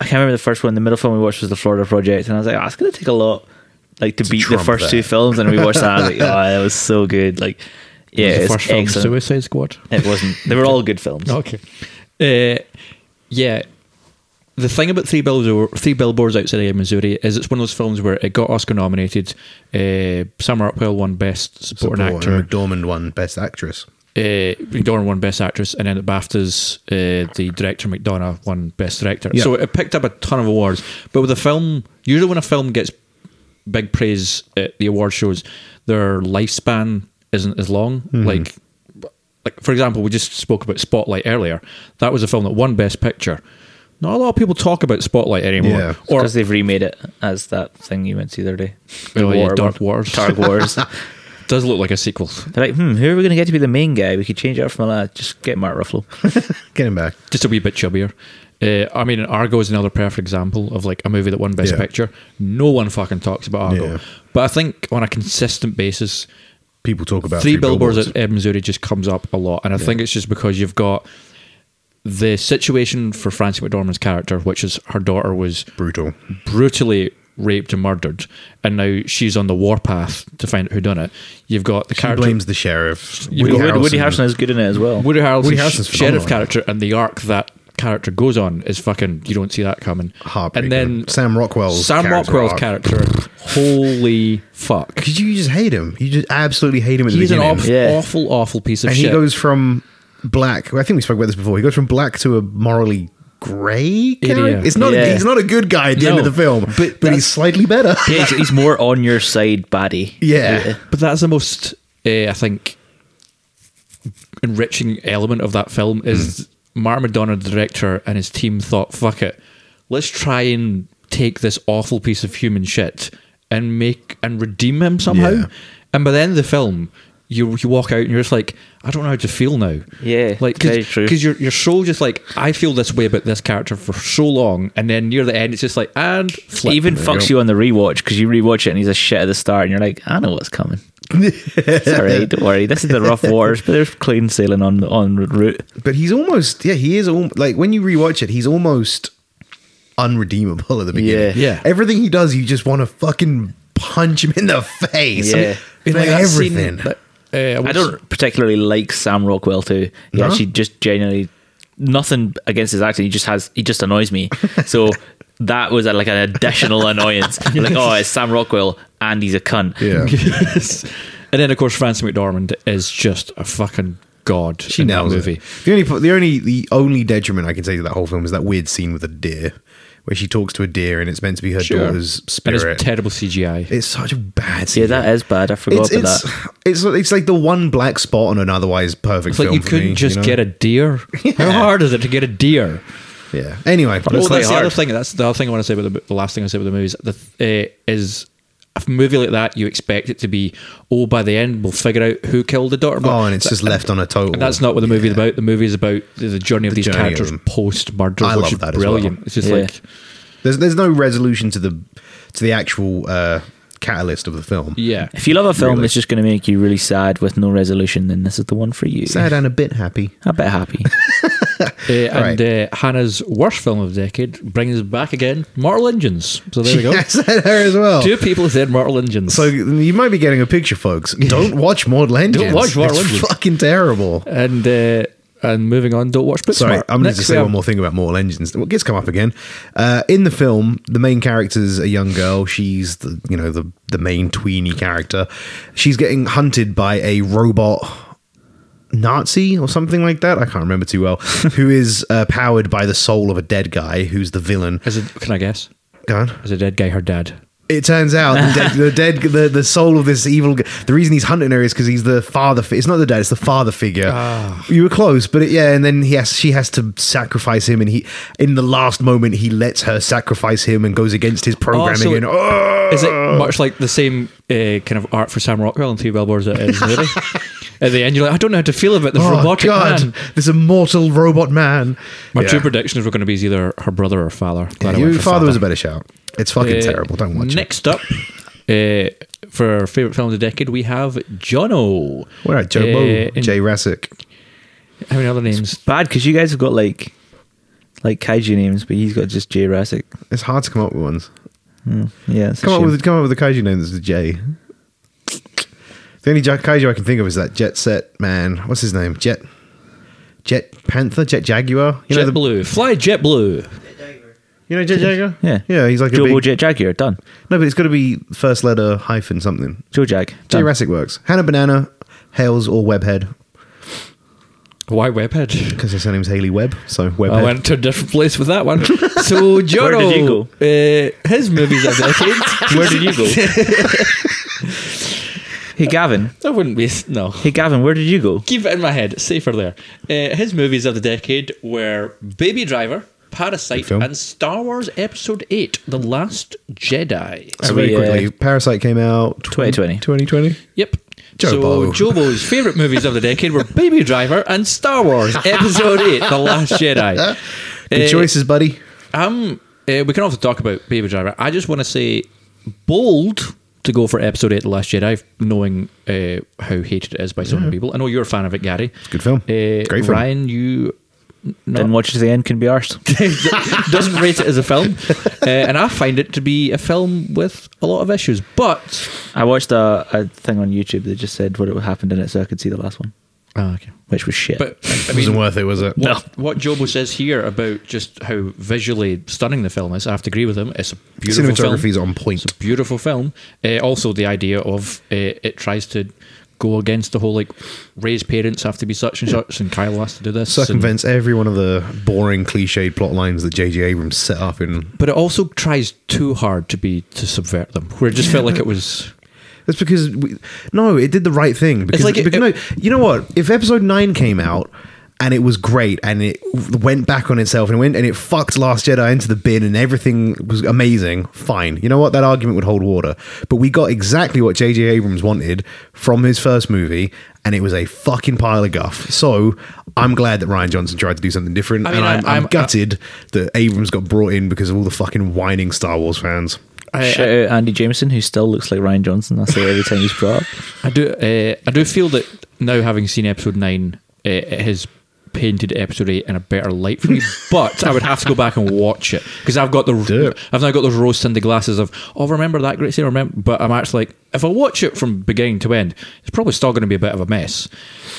I can't remember the first one. The middle film we watched was the Florida Project, and I was like, ah, it's gonna take a lot, like to, beat the
trump
first
that.
two films. And we watched that. I was like, oh, that was so good. Like, yeah,
the
it's
first film,
excellent.
Suicide Squad.
It wasn't. They were all good films.
Okay. Uh, yeah. The thing about Three, Bill- Three Billboards Outside of Missouri is it's one of those films where it got Oscar nominated. Uh, Summer Upwell won Best Supporting
Support,
Actor.
and McDormand won Best Actress.
uh, Dorn won Best Actress, and then at BAFTAs, uh, the director McDonough won Best Director.
Yeah.
So it picked up a ton of awards. But with a film, usually when a film gets big praise at the award shows, their lifespan isn't as long.
Mm-hmm.
Like, like for example, we just spoke about Spotlight earlier. That was a film that won Best Picture. Not a lot of people talk about Spotlight anymore.
Yeah.
Or
because they've remade it as that thing you went to the other day. The
Oh, yeah,
water
Dark
one.
Waters. [laughs]
Dark Wars.
does look like a sequel.
They're like, hmm, who are we going to get to be the main guy? We could change it up from that. Just get
[laughs]
Mark Ruffalo.
Get him back.
just a wee bit chubbier. Uh, I mean, Argo is another perfect example of like a movie that won Best
Yeah.
Picture. No one fucking talks about Argo,
Yeah.
but I think on a consistent basis,
People talk about
three, billboards, at Ed, Missouri just comes up a lot, and I think it's just because you've got the situation for Francie McDormand's character, which is her daughter was
Brutal.
brutally raped and murdered, and now she's on the warpath to find out who done it. You've got the
He
character
blames the sheriff.
You've
Woody,
got
Woody, Harrelson is good in it as well.
Woody Harrelson's,
Woody Harrelson's
sh- sheriff
phenomenal.
character and the arc that character goes on is fucking you don't see that coming.
Heartbreaking.
And then
Sam Rockwell's
Sam
character
Rockwell's
arc.
character, holy fuck,
Because you just hate him. You just absolutely hate him at the
he's an
beginning.
awful,
Yeah.
awful, awful piece of
and
shit.
he goes from black. I think we spoke about this before. He goes from black to a morally grey character. It's not.
Yeah.
he's not a good guy at the end
No,
of the film,
but
but,
that's-
he's slightly better.
Yeah, he's, he's more on your side, baddie.
Yeah.
But that's the most, uh, I think, enriching element of that film
Mm.
is Martin McDonough, the director, and his team thought, "Fuck it, let's try and take this awful piece of human shit and make and redeem him somehow."
Yeah.
And by the end of the film, you you walk out and you're just like, "I don't know how to feel now."
Yeah,
like
very true.
because you're you're so just like, "I feel this way about this character for so long," and then near the end, it's just like, and flip.
even
There
fucks
go.
you on the rewatch because you rewatch it and he's a shit at the start, and you're like, I know what's coming.
[laughs]
it's all right, don't worry. This is the rough waters, but there's clean sailing on on route.
[laughs] But he's almost. Yeah, he is. Al- like when you rewatch it, he's almost unredeemable at the beginning.
Yeah. Yeah.
Everything he does, you just want to fucking punch him in the face. I mean,
Yeah.
for
Like that scene
everything.
that, uh,
I
was-
don't particularly like Sam Rockwell too. He
No?
actually just genuinely nothing against his acting. He just has he just
[laughs]
annoys me. So that was uh, like an additional annoyance. Like oh, it's Sam Rockwell and he's a cunt.
[laughs]
yeah.
yes. And then, of course, Frances McDormand is just a fucking god
She
in that
nails it.
movie.
The only, the only, the only detriment I can say to that whole film is that weird scene with the deer, where she talks to a deer and it's meant to be her daughter's spirit.
And it's terrible CGI.
It's such a bad scene.
Yeah, that is bad. I forgot
It's,
about
it's,
that.
it's, it's like the one black spot on an otherwise perfect
It's like
film.
you
for
couldn't
me,
just
you know?
get a deer. How hard is it to get a deer?
Yeah. Anyway,
Oh,
let's-
that's the
hard.
other thing. That's the other thing I want to say about the, the last thing I say about the movies. The, th- uh, is a movie like that, you expect it to be, oh, by the end we'll figure out who killed the daughter. But
oh, and it's just left on a total.
And that's not what the movie is about. The movie is about the, the journey of these
journey of
characters
them.
post murder,
I
which
love
is
that as well.
brilliant. It's just
Yeah.
like
There's there's no resolution to the to the actual uh, catalyst of the film.
yeah.
If you love a film
Really.
that's just going to make you really sad with no resolution, then this is the one for
[laughs]
you.
Sad and a bit happy.
I bet happy.
Uh, and uh, Hannah's worst film of the decade brings us back again Mortal Engines. So there
[laughs]
we go.
I said her as well.
Two people said Mortal Engines.
Oh. So you might be getting a picture,
[laughs]
folks. Don't watch Mortal Engines.
watch Mortal
it's
Engines.
fucking terrible.
and uh, and moving on, don't watch Booksmart.
Sorry, I'm going
Next
to say
film.
one more thing about Mortal Engines. What gets come up again? Uh, in the film, the main character's a young girl. She's the you know the the main tweeny character. She's getting hunted by a robot Nazi or something like that. I can't remember too well. who is uh, powered by the soul of a dead guy who's the villain.
Is it, can I guess?
Go on.
Is a dead guy her dad?
It turns out the dead,
[laughs]
the, dead the, the soul of this evil. g- The reason he's hunting her is because he's the father. fi- It's not the dad; it's the father figure.
Ah.
You were close, but it, yeah. And then he has, she has to sacrifice him, and he, in the last moment, he lets her sacrifice him and goes against his programming.
so
and oh,
Is it much like the same uh, kind of art for Sam Rockwell and Three Billboards that
[laughs]
is really? At the end, you're like, I don't know how to feel about this
oh,
robotic
God,
man.
this immortal robot man.
My
yeah.
two predictions were going to be either her brother or father. Glad I
Your
went
father,
for Eh,
was a better shout. It's fucking terrible. Don't watch it.
Uh, Next up, uh, for our favourite film of the decade, we have Jono.
All right, Joe
Uh,
Bo,
in-
Jay Rassick.
How many other names?
Bad because you guys have got like like kaiju names, but he's got just J Rassic.
It's hard to come up with ones.
Yeah, it's a
Come up
shame.
with come up with a kaiju name that's a J. The only ja- kaiju I can think of is that Jet Set man. What's his name? Jet Jet Panther, Jet Jaguar. You know
Jet
the
Blue. Fly Jet Blue.
you know Jet Jaguar.
Yeah.
yeah. He's like a
Jobo
big,
Jet Jaguar done.
no, but it's got to be first letter hyphen something.
Joe Jag.
J
done.
Jurassic works. Hannah Banana, Hales or Webhead
Why Webhead?
because her surname's Haley Webb. So
I
Webhead.
went to a different place with
[laughs]
that one. So Jono,
did you
Uh, his movies
[laughs]
of the decade.
Where did you go? [laughs] hey Gavin.
I wouldn't be no.
Hey Gavin, where did you go?
Keep it in my head. It's Safer there. Uh, his movies of the decade were Baby Driver,
Good
Parasite,
film.
and Star Wars Episode Eight: The Last Jedi.
so very
we, uh,
quickly, Parasite came out
2020.
2020.
Yep.
Jobo.
So Jobo's favorite movies of the decade were Baby Driver and Star
[laughs]
Wars Episode Eight: The Last Jedi.
Good
Uh,
choices, buddy.
Um, uh, we can also talk about Baby Driver. I just want to say, bold to go for episode eight, The Last Jedi, knowing uh, how hated it is by so many people. I know you're a fan of it, Gary. It's a
good film.
Uh,
Great film.
Ryan, you [laughs]
Didn't watch it to the end, can be arsed.
doesn't rate it as a film, uh, and I find it to be a film with a lot of issues. But
I watched a, a thing on YouTube that just said what it happened in it so I could see the last one.
Ah,
okay.
Which was shit.
But I
It wasn't
mean,
worth it, was it?
what, what Jobo says here about just how visually stunning the film is, I have to agree with him. It's a beautiful film.
Cinematography's on point.
It's a beautiful film. Uh, also, the idea of uh, it tries to go against the whole like Ray's parents have to be such and such, and Kyle has to do this. and-
circumvents every one of the boring cliched plot lines that J.J. Abrams set up in.
but it also tries too hard to be to subvert them. Where it just felt like it was.
That's because we, no, it did the right thing. Because,
like it-
because- no, you know what? If episode nine came out and it was great and it went back on itself and it went and it fucked Last Jedi into the bin and everything was amazing, fine. You know what? That argument would hold water. But we got exactly what J.J. Abrams wanted from his first movie. And it was a fucking pile of guff. So I'm glad that Ryan Johnson tried to do something different.
I mean,
and
I-
I'm, I'm
I'm- uh,
gutted that Abrams got brought in because of all the fucking whining Star Wars fans.
I,
Shout out Andy Jameson, who still looks like Ryan Johnson. I say every time he's brought up.
I do. Uh, I do feel that now, having seen episode nine, uh, it has painted episode eight in a better light
[laughs]
for me. but I would have to go back and watch it because I've got the.
Do it.
I've now got those rose tinted glasses of. Oh, remember that great scene? Remember, but I'm actually like, if I watch it from beginning to end, it's probably still going to be a bit of a mess.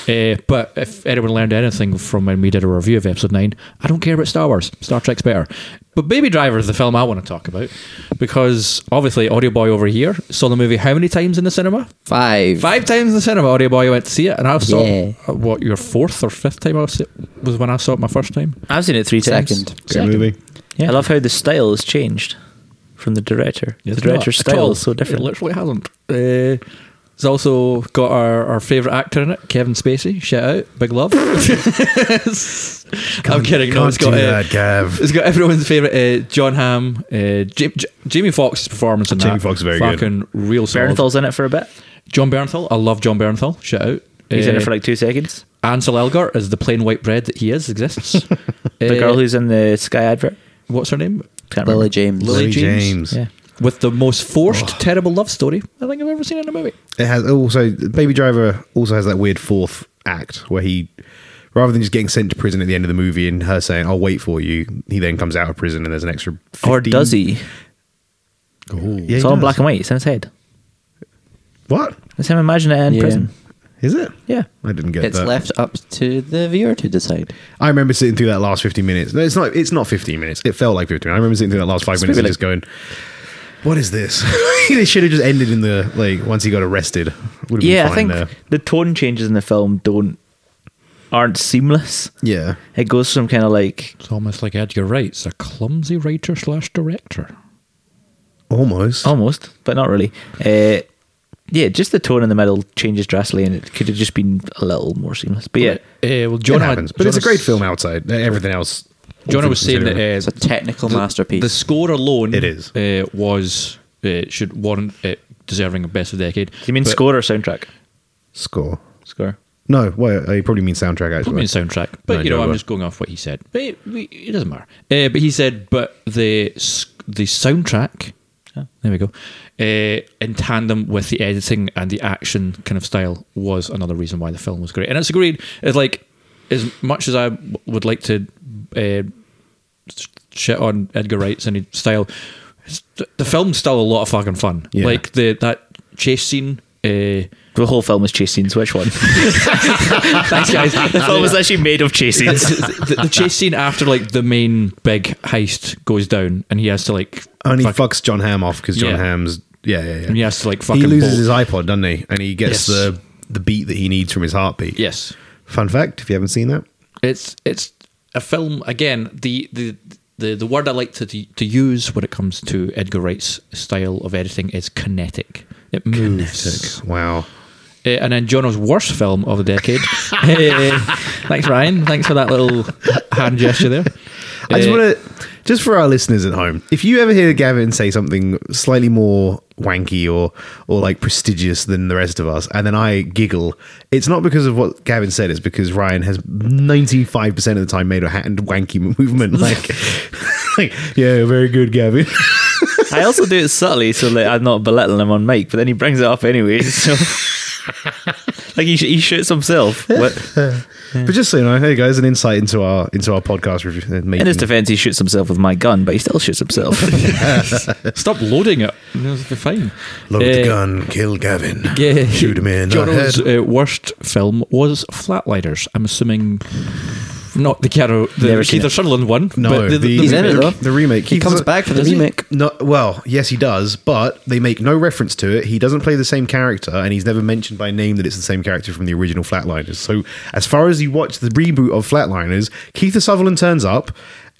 Uh, but if anyone learned anything from when we did a review of episode nine, I don't care about Star Wars. Star Trek's better. But Baby Driver is the film I want to talk about because obviously Audio Boy over here saw the movie how many times in the cinema?
Five.
Five times in the cinema, Audio Boy went to see it, and I saw
Yeah.
uh, what your fourth or fifth time I was was when I saw it my first time.
I've seen it three times.
Second.
Great movie.
I love how the style has changed from the director. the
It's
director's
not at all.
style is so different.
It literally hasn't. Uh, it's also got our, our favourite actor in it, Kevin Spacey. Shout out, big
[laughs]
love. [laughs] I'm kidding. no, it's
Can't do
got uh,
that, Gav.
it's got everyone's favourite uh, John Hamm, uh, J- J- Jamie Foxx's performance in
Jamie
that.
Foxx is very good.
fucking real solid.
Bernthal's in it for a bit.
John Bernthal. I love John Bernthal. Shout out.
He's in
Uh,
it for like two seconds.
Ansel Elgort is the plain white bread that he is [laughs] exists.
The
Uh,
girl who's in the Sky advert.
what's her name?
Can't
Lily
remember.
James.
Lily James.
Yeah.
With the most forced, terrible love story I think I've ever seen in a movie.
It has also Baby Driver also has that weird fourth act where he rather than just getting sent to prison at the end of the movie and her saying, "I'll wait for you," he then comes out of prison and there's an extra. 15.
Or does he?
Ooh. Yeah, he
it's all in
does.
black and white. It's in his head.
What
It's him imagining it in
Yeah.
prison.
is it?
Yeah.
I didn't get
It's
that.
left up to the viewer to decide.
I remember sitting through that last 15 minutes. No, it's not. It's not 15 minutes. It felt like 15. I remember sitting through that last five minutes and
maybe
just going, "What is this?" [laughs] it should have just ended in the like once he got arrested. Would have
Yeah, I
been fine
think
there.
the tone changes in the film don't aren't seamless.
Yeah,
It goes from kind of like
It's almost like Edgar Wright's a clumsy writer slash director.
almost.
almost, but not really. Uh, yeah, just the tone in the middle changes drastically, and it could have just been a little more seamless. But yeah,
Uh, well,
it
Jonah,
happens, but it's a great film outside everything else. all
Jonah
things
was saying that
considered.
uh,
It's a technical
the-
masterpiece.
The score alone,
It is.
uh, was uh, should warrant it deserving of best of decade.
you mean
But-
score or soundtrack?
score.
Score.
No, well, you probably mean soundtrack actually.
Probably in soundtrack, but
No,
you know,
no,
I'm
but-
just going off what he said. But it, we, it doesn't matter. Uh, but he said, but the s- the soundtrack, there we go, uh, in tandem with the editing and the action kind of style was another reason why the film was great. And it's agreed. It's like as much as I w- would like to uh, s- shit on Edgar Wright's any style, it's- th- the film's still a lot of fucking fun.
Yeah.
Like the that chase scene. Uh, [laughs]
The whole film is chase scenes. [laughs] Which one?
thanks, guys.
the film is actually made of chase scenes.
the, the chase scene after like the main big heist goes down, and he has to like
and he
fuck-
fucks John Ham off because John
Yeah.
Ham's yeah, yeah, yeah.
and he has to like
he
fucking
loses
bolt.
his iPod, doesn't he? And he gets
Yes.
the the beat that he needs from his heartbeat.
yes,
Fun fact: if you haven't seen that,
it's it's a film again. The the the, the word I like to to use when it comes to Edgar Wright's style of editing is kinetic. It moves.
wow.
Uh, and then Jono's worst film of the
[laughs]
decade. Uh, thanks, Ryan. Thanks for that little hand gesture there.
I just
Uh,
want to, just for our listeners at home, if you ever hear Gavin say something slightly more wanky or or like prestigious than the rest of us, and then I giggle, it's not because of what Gavin said. It's because Ryan has ninety five percent of the time made a hand wanky [laughs] movement, like, like yeah, very good, Gavin.
I also do it subtly so that I'm not belittling him on mic, but then he brings it up anyway. [laughs] So, like he, sh- he shoots himself. What?
But just so you know, hey guys, an insight into our into our podcast review.
In
Mm-hmm.
his defense, he shoots himself with my gun, but he still shoots
[laughs]
himself. [laughs]
stop loading it. It'll be fine.
Load the
Uh,
gun, kill Gavin.
Yeah.
Shoot him in the
Jono's
head.
uh, worst film was Flatliners. I'm assuming not the Keanu, the
Never seen
Keith
it.
Sutherland one.
No,
but the, the,
He's in it,
remake-
though.
The remake.
He comes back for the
does he?
remake.
No, well, yes, he does, but they make no reference to it. He doesn't play the same character, and he's never mentioned by name that it's the same character from the original Flatliners. So, as far as you watch the reboot of Flatliners, Keith Sutherland turns up.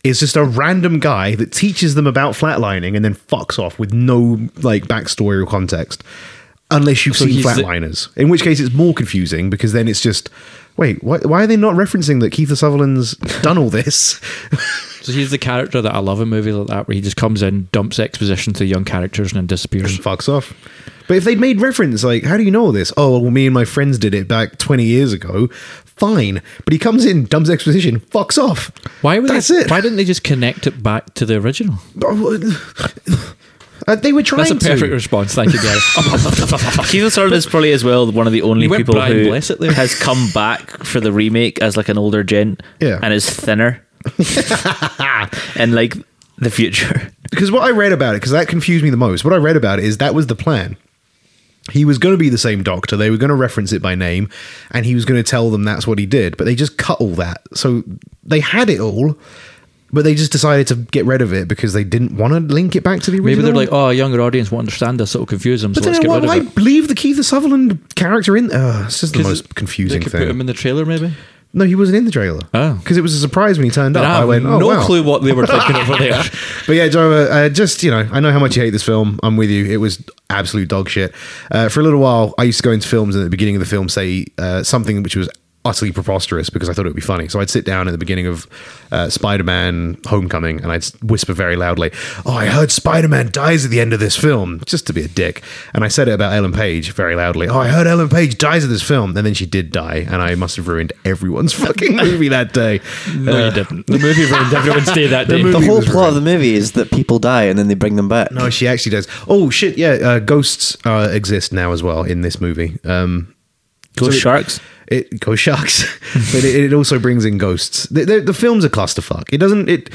Is just a random guy that teaches them about flatlining and then fucks off with no like backstory or context, unless you've
So
seen
he's the-
Flatliners. in which case, it's more confusing because then it's just, wait, why, why are they not referencing that Keith Sutherland's [laughs] done all this?
so he's the character that I love in a movie like that, where he just comes in, dumps exposition to the young characters, and then disappears.
and fucks off. But if they'd made reference, like, how do you know all this? Oh, well, me and my friends did it back 20 years ago. Fine. But he comes in, dumps exposition, fucks off.
Why were
That's
they,
it.
Why didn't they just connect it back to the original?
Uh, they were trying
That's a perfect
to.
response. Thank you,
[laughs]
Gary.
Keith Sutherland is probably as well one of the only
You went
people
Brian
who
Blessed there.
has
[laughs]
come back for the remake as like an older gent
Yeah.
and is thinner and like the future.
[laughs]
Because what I read about it, because that confused me the most, what I read about it is that was the plan. He was going to be the same doctor. They were going to reference it by name, and he was going to tell them that's what he did. But they just cut all that. So they had it all, but they just decided to get rid of it because they didn't want to link it back to the original.
Maybe they're like, oh, a younger audience won't understand this. It'll confuse them.
But
so let's
then
get
why,
rid of
why
it.
leave the Keith Sutherland character in? Uh, it's just the
'Cause
most confusing
they could Put him
thing.
in the trailer, maybe.
No, he wasn't in the trailer.
Oh.
because it was a surprise when he turned up.
I
I,
have
went, oh,
no
wow.
clue what they were [laughs] thinking over there.
But yeah, Jova, uh, just you know, I know how much you hate this film. I'm with you. It was absolute dog shit. Uh, for a little while, I used to go into films and at the beginning of the film say uh, something which was utterly preposterous because I thought it would be funny. So I'd sit down at the beginning of uh, Spider-Man: Homecoming and I'd whisper very loudly, "Oh, I heard Spider-Man dies at the end of this film," just to be a dick. And I said it about Ellen Page very loudly. Oh, I heard Ellen Page dies at this film, and then she did die, and I must have ruined everyone's [laughs] fucking movie that day. Uh,
No, you didn't. The movie ruined everyone's
[laughs]
day that day.
the
movie
whole
was
plot of the movie is that people die and then they bring them back.
No, she actually does. Oh shit! Yeah, uh, ghosts uh, exist now as well in this movie. Um,
Ghost
So it-
sharks.
It [laughs] goes sharks, but it, it also brings in ghosts. The, the, the film's a clusterfuck. It doesn't. It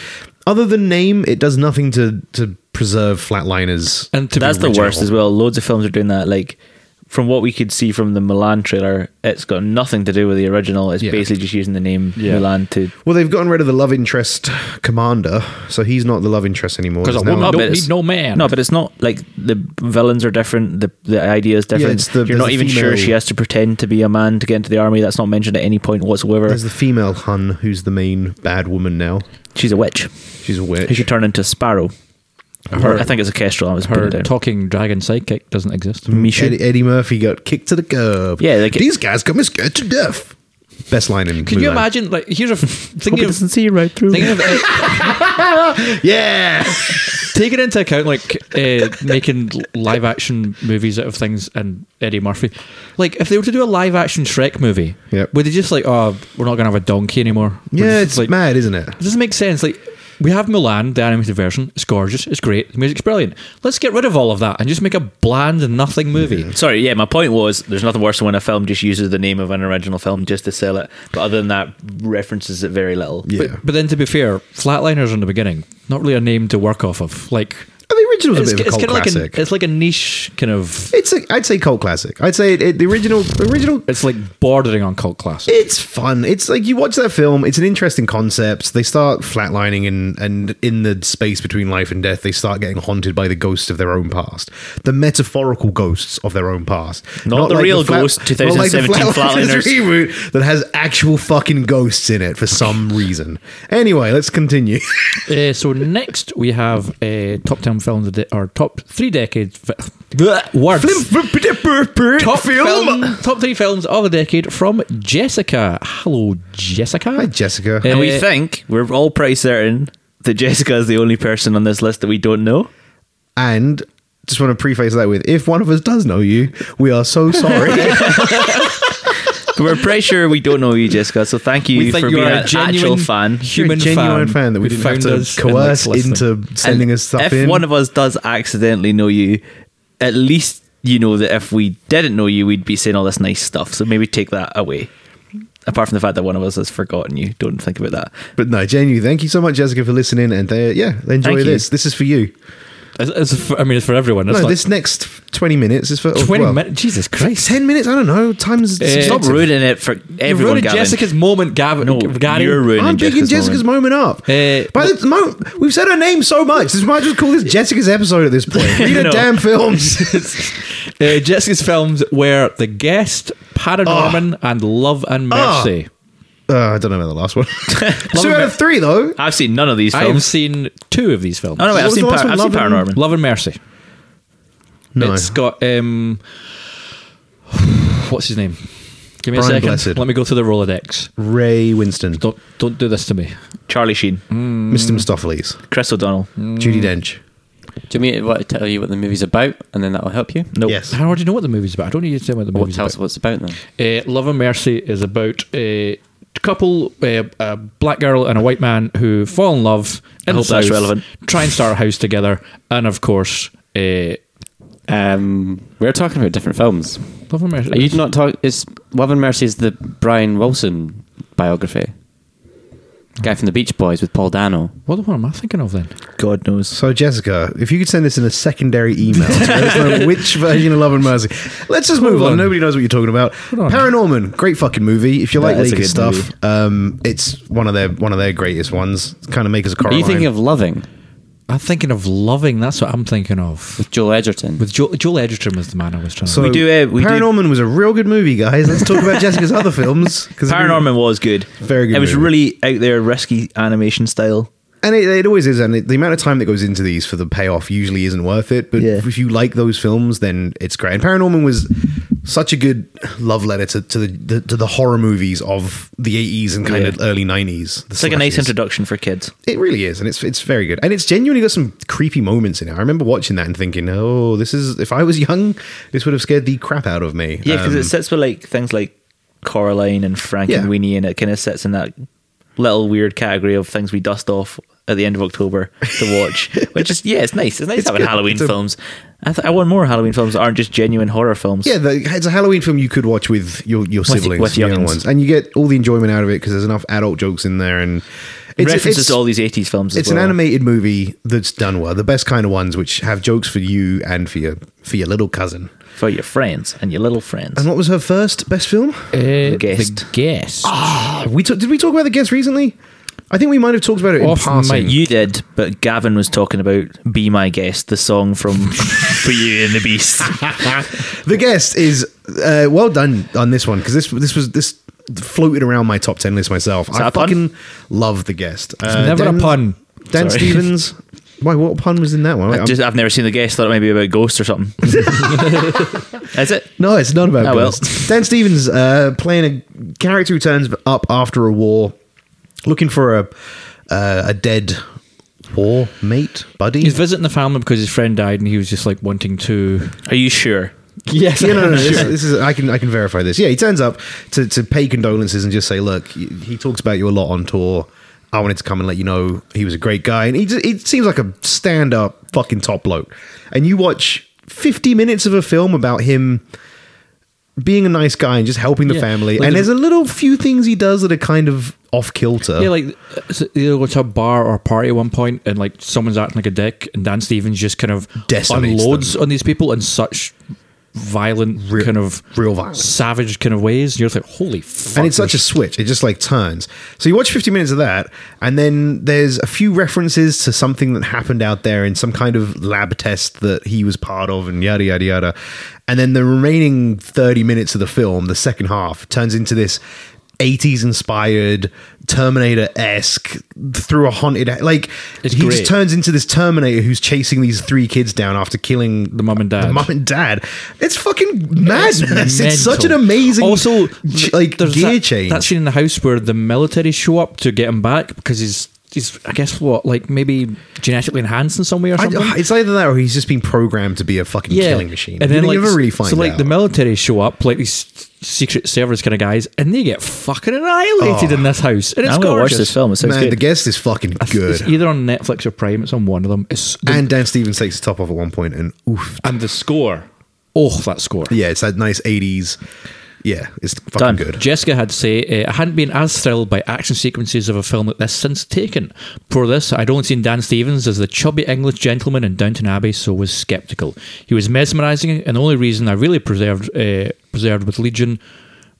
other than name, it does nothing to to preserve flatliners.
And to be
That's the
original.
worst as well. Loads of films are doing that. Like from what we could see from the Milan trailer, it's got nothing to do with the original. It's
Yeah.
basically just using the name
Yeah.
Milan to.
Well, they've gotten rid of the love interest commander, so he's not the love interest anymore.
'Cause
He's
I would
now-
not
but
don't
it's-
need no man.
No, but it's not like the villains are different. The the idea is different.
it's the-
You're
there's
not
the
even sure
female-
she has to pretend to be a man to get into the army. That's not mentioned at any point whatsoever.
There's the female Hun who's the main bad woman now.
She's a witch.
She's a witch.
Who should turn into a sparrow? Her, I think it's a kestrel. I was putting
Her
it down.
talking dragon sidekick doesn't exist.
Misha.
Eddie, Eddie Murphy got kicked to the curb.
Yeah, they get-
these guys got me scared to death. Best line in.
Can you imagine? Like, here's a f-
Hope
thinking
it
of,
doesn't see you right
[laughs]
through.
thinking of uh,
Yeah,
taking into account like uh, making live action movies out of things and Eddie Murphy. Like if they were to do a live action Shrek movie,
Yep.
would they just like, oh, we're not gonna have a donkey anymore? We're
yeah,
just,
it's
like,
mad, isn't it?
It doesn't make sense. Like we have Mulan, the animated version. It's gorgeous. It's great. The music's brilliant. Let's get rid of all of that and just make a bland nothing movie.
Sorry, yeah, my point was there's nothing worse than when a film just uses the name of an original film just to sell it, but other than that, references it very little.
Yeah,
But, but then to be fair, Flatliners in the beginning, not really a name to work off of. Like
Oh, the original's
it's,
a bit of
it's
a
kind
cult
of like
classic.
a, it's like a niche kind of.
it's a, I'd say cult classic. I'd say it, it- the original. The original.
It's like bordering on cult [laughs] classic.
It's fun. It's like you watch that film. It's an interesting concept. They start flatlining, and and in the space between life and death, they start getting haunted by the ghosts of their own past, the metaphorical ghosts of their own past,
Not the real ghost,
not like the
2017
Flatliners
Flatliners.
reboot that has actual fucking ghosts in it for some reason. Anyway, let's continue. [laughs]
Uh, so next we have uh, top ten films of the or top three decades. Words. top [laughs] film- top three films of the decade from Jessica. Hello, Jessica.
Hi, Jessica.
Uh,
And we think, we're all pretty certain, that Jessica is the only person on this list that we don't know.
And just want to preface that with if one of us does know you, we are so sorry.
But we're pretty sure we don't know you, Jessica, so thank you
we think
for
you
being
are a
an actual
genuine
fan.
You're
human
a genuine fan, that we
who
didn't have
found
to
us and
coerce
likes listening.
into [laughs] sending
And
us stuff
if
in.
one of us does accidentally know you, at least you know that if we didn't know you, we'd be saying all this nice stuff. So maybe take that away. Apart from the fact that one of us has forgotten you, don't think about that.
but no, genuinely, thank you so much, Jessica, for listening. And uh, yeah, enjoy
Thank you.
this. This is for you.
It's, it's for, I mean, it's for everyone. It's
no,
like
this next 20 minutes is for oh,
twenty
well,
minutes. Jesus Christ.
10 minutes? I don't know. Time's.
Eh,
subjective.
Stop ruining it for
You
everyone.
ruined
Gavin.
Jessica's moment, Gavin.
No,
Gary.
you're ruining
I'm picking
Jessica's,
Jessica's
moment.
moment, up.
Eh,
By the moment, we've said her name so much. This might just call this Jessica's episode at this point. Read her
No.
damn films. [laughs]
Uh, Jessica's films were The Guest, Paranorman, and Love and
Ah.
Mercy.
uh, I don't know about the last one. Two out
Mer-
of three, though.
I've seen none of these
I've
films.
seen two of these films.
oh no,
What
wait, I've
was
seen,
the last
Par- I've
one?
seen
Love and-
Paranorman.
Love and Mercy.
No.
It's got um, what's his name? Give me
Brian
a second.
Blessed.
Let me go to the Rolodex.
Ray Winston,
Don't don't do this to me.
Charlie Sheen,
Mm. Mr. Mistopheles,
Chris O'Donnell.
Judy Dench.
Do you mean what, I tell you what the movie's about, and then that will help you?
Nope.
Yes.
I already know what the movie's about. I don't need you to tell me what the
What
movie's
tell us
about.
what's about
Uh,
then?
Love and Mercy is about a couple, uh, a black girl and a white man who fall in love. In
hope
the
that's
South,
relevant.
Try and start a house together, and of course, uh,
Um, we're talking about different films.
Love and Mercy.
Are you not talk? Is Love and Mercy is the Brian Wilson biography? Guy from the Beach Boys with Paul Dano.
What the one am I thinking of then?
God knows.
So Jessica, if you could send this in a secondary email, to let [laughs] us know which version of Love and Mercy. Let's just move on.
on.
Nobody knows what you're talking about.
on.
Paranorman, great fucking movie. If you like
That is a
Laker
good
stuff,
movie.
um, it's one of their one of their greatest ones. Kind of make us a
Are
Coraline.
you thinking of Loving
I'm thinking of Loving. That's what I'm thinking of.
with Joel Edgerton?
With Joel, Joel Edgerton was the man I was trying
so
to.
We do, uh, we do-
Paranorman was a real good movie, guys. Let's talk [laughs] about Jessica's other films. 'cause-
Paranorman was good.
Very good
It was
movie.
really out there, risky animation style.
and it, it always is. And it, the amount of time that goes into these for the payoff usually isn't worth it. But
Yeah.
if you like those films, then it's great. And Paranorman was such a good love letter to, to the, the to the horror movies of the eighties and kind of early nineties.
It's like a nice introduction for kids.
It really is, and it's it's very good, and it's genuinely got some creepy moments in it. I remember watching that and thinking, "Oh, this is." If I was young, this would have scared the crap out of me.
Yeah, because
Um,
it sits with like things like Coraline and Frank
Yeah.
and Weenie, and it kind of sits in that little weird category of things we dust off at the end of October
[laughs]
to watch, which is yeah, it's nice. It's nice
It's
having
good.
Halloween
It's a-
films. I, th- I want more Halloween films that aren't just genuine horror films.
Yeah, the, it's a Halloween film you could watch with your, your siblings,
with
young
young'uns.
ones, and you get all the enjoyment out of it because there's enough adult jokes in there, and it's,
references
it's-
to all these '80s films. As
It's
well.
an animated movie that's done well. The best kind of ones, which have jokes for you and for your for your little cousin.
for your friends and your little friends.
And what was her first best film?
the
Guest.
guest.
Uh, we talk, did we talk about the guest recently? I think we might have talked about it in
Off
passing.
mic.
You did, but Gavin was talking about "Be My Guest," the song from
[laughs]
Beauty and the Beast.
The guest is uh, well done on this one because this this was this floated around my top ten list myself.
that
I
a pun?
fucking love the guest. Uh,
never a pun.
Dan
Sorry. [laughs]
Stevens. Why? What pun was in that one? Wait, I'm-
Just, I've never seen the guest. Thought it might be about ghosts
[laughs]
or something. Is it?
No, it's not about
Oh, well.
ghosts. Dan Stevens uh, playing a character who turns up after a war, looking for a uh, a dead war mate buddy.
He's visiting the family because his friend died, and he was just like
[laughs]
wanting to.
Are you sure?
[laughs] Yes,
yeah, no, [laughs] no, no. This, this is I can I can verify this. Yeah, he turns up to, to pay condolences and just say, look, he he talks about you a lot on tour. I wanted to come and let you know he was a great guy, and he just, it seems like a stand up fucking top bloke. And you watch fifty minutes of a film about him being a nice guy and just helping the
Yeah,
family,
like
and
the-
there's a little few things he does that are kind of off kilter.
Yeah, like uh, so they go to a bar or a party at one point, and like someone's acting like a dick, and Dan Stevens just kind of
Decimates
unloads
them.
on these people in such violent,
Real-
kind of
real violence.
savage kind of ways. And you're like, holy fuck!
and it's such a
this-
switch. It just like turns. So you watch 50 minutes of that, and then there's a few references to something that happened out there in some kind of lab test that he was part of, and yada, yada, yada. And then the remaining 30 minutes of the film, the second half, turns into this 80s inspired Terminator esque through a haunted like
It's
he
great.
just turns into this Terminator who's chasing these three kids down after killing
The mum and
the
dad.
mum and dad it's fucking madness it's, such an
[laughs] mental.
amazing
also
ch-
th-
like
there's
gear
that,
change
That scene in the house where the military show up to get him back because he's he's I guess what like maybe genetically enhanced in some way or
I-
something.
it's either that or he's just been programmed to be a fucking killing machine.
And then
you
like,
never really find
so like
out.
the military show up, like these secret service kind of guys, and they get fucking annihilated
Oh.
in this house. And it's
I'm gonna watch
gorgeous.
this film. It sounds
man,
good.
the guest is fucking
It's
good.
either on Netflix or Prime. It's on one of them. It's the,
And
and
Dan Stevens takes his top off at one point, and oof,
the score. Oh, that score.
yeah, it's that nice eighties. Yeah, it's fucking
Done.
good.
Jessica had say, uh, I hadn't been as thrilled by action sequences of a film like this since Taken. For this, I'd only seen Dan Stevens as the chubby English gentleman in Downton Abbey, so was sceptical. He was mesmerising, and the only reason I really preserved uh, preserved with Legion,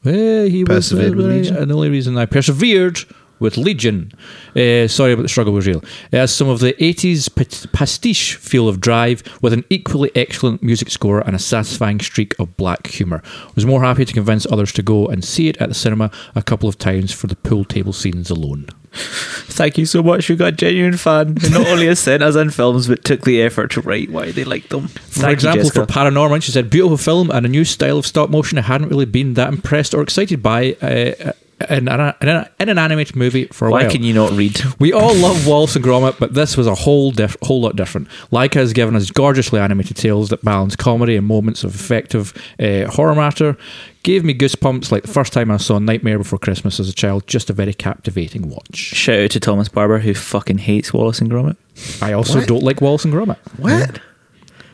eh, he was,
Persevered with Legion?
and the only reason I persevered with Legion, uh, sorry, but the struggle was real. It has some of the 80s pat- pastiche feel of Drive with an equally excellent music score and a satisfying streak of black humour. Was more happy to convince others to go and see it at the cinema a couple of times for the pool table scenes alone.
Thank you so much. You got genuine fan who not only has sent us in films but took the effort to write why they liked them.
For example, for Paranorman, she said, beautiful film and a new style of stop motion I hadn't really been that impressed or excited by uh, in, an- in, an- in an animated movie for a
why
while.
can you not read?
We all love Wallace and Gromit, but this was a whole diff- whole lot different. Leica has given us gorgeously animated tales that balance comedy and moments of effective uh, horror matter. Gave me goosebumps like the first time I saw Nightmare Before Christmas as a child. Just a very captivating watch.
Shout out to Thomas Barber who fucking hates Wallace and Gromit.
I also
What?
don't like Wallace and Gromit.
What?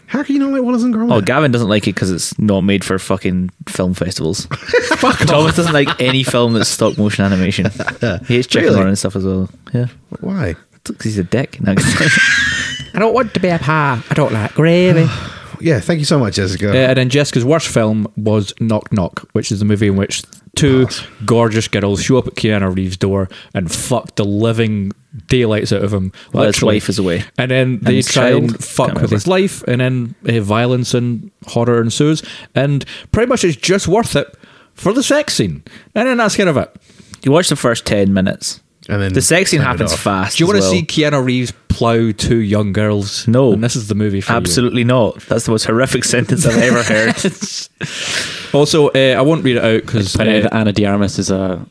How can you not like Wallace and Gromit?
Oh, Gavin doesn't like it because it's not made for fucking film festivals. [laughs] Fuck Thomas doesn't like any film that's stop motion [laughs] animation. He hates Chicken
Really?
Run and stuff as well. Yeah,
Why?
because he's a dick. No,
I don't want to be a pa. I don't like gravy.
Yeah, thank you so much, Jessica.
Uh, and then Jessica's worst film was Knock Knock, which is the movie in which two gorgeous girls show up at Keanu Reeves' door and fuck the living daylights out of him.
Well, his
literally.
wife is away.
And then they
his
try
child.
and fuck
Can't
with his life, and then uh, violence and horror ensues. And pretty much it's just worth it for the sex scene. And then that's kind of it.
[laughs] you watch the first ten minutes.
And then
the sex scene
turn it
happens
off.
fast.
Do you
as
want to
well.
see Keanu Reeves plow two young girls?
No.
And this is the movie for you.
Absolutely not. That's the most horrific [laughs] sentence I've
[laughs]
ever heard.
Also, uh, I won't read it out because
But uh, Anna Diarmas is a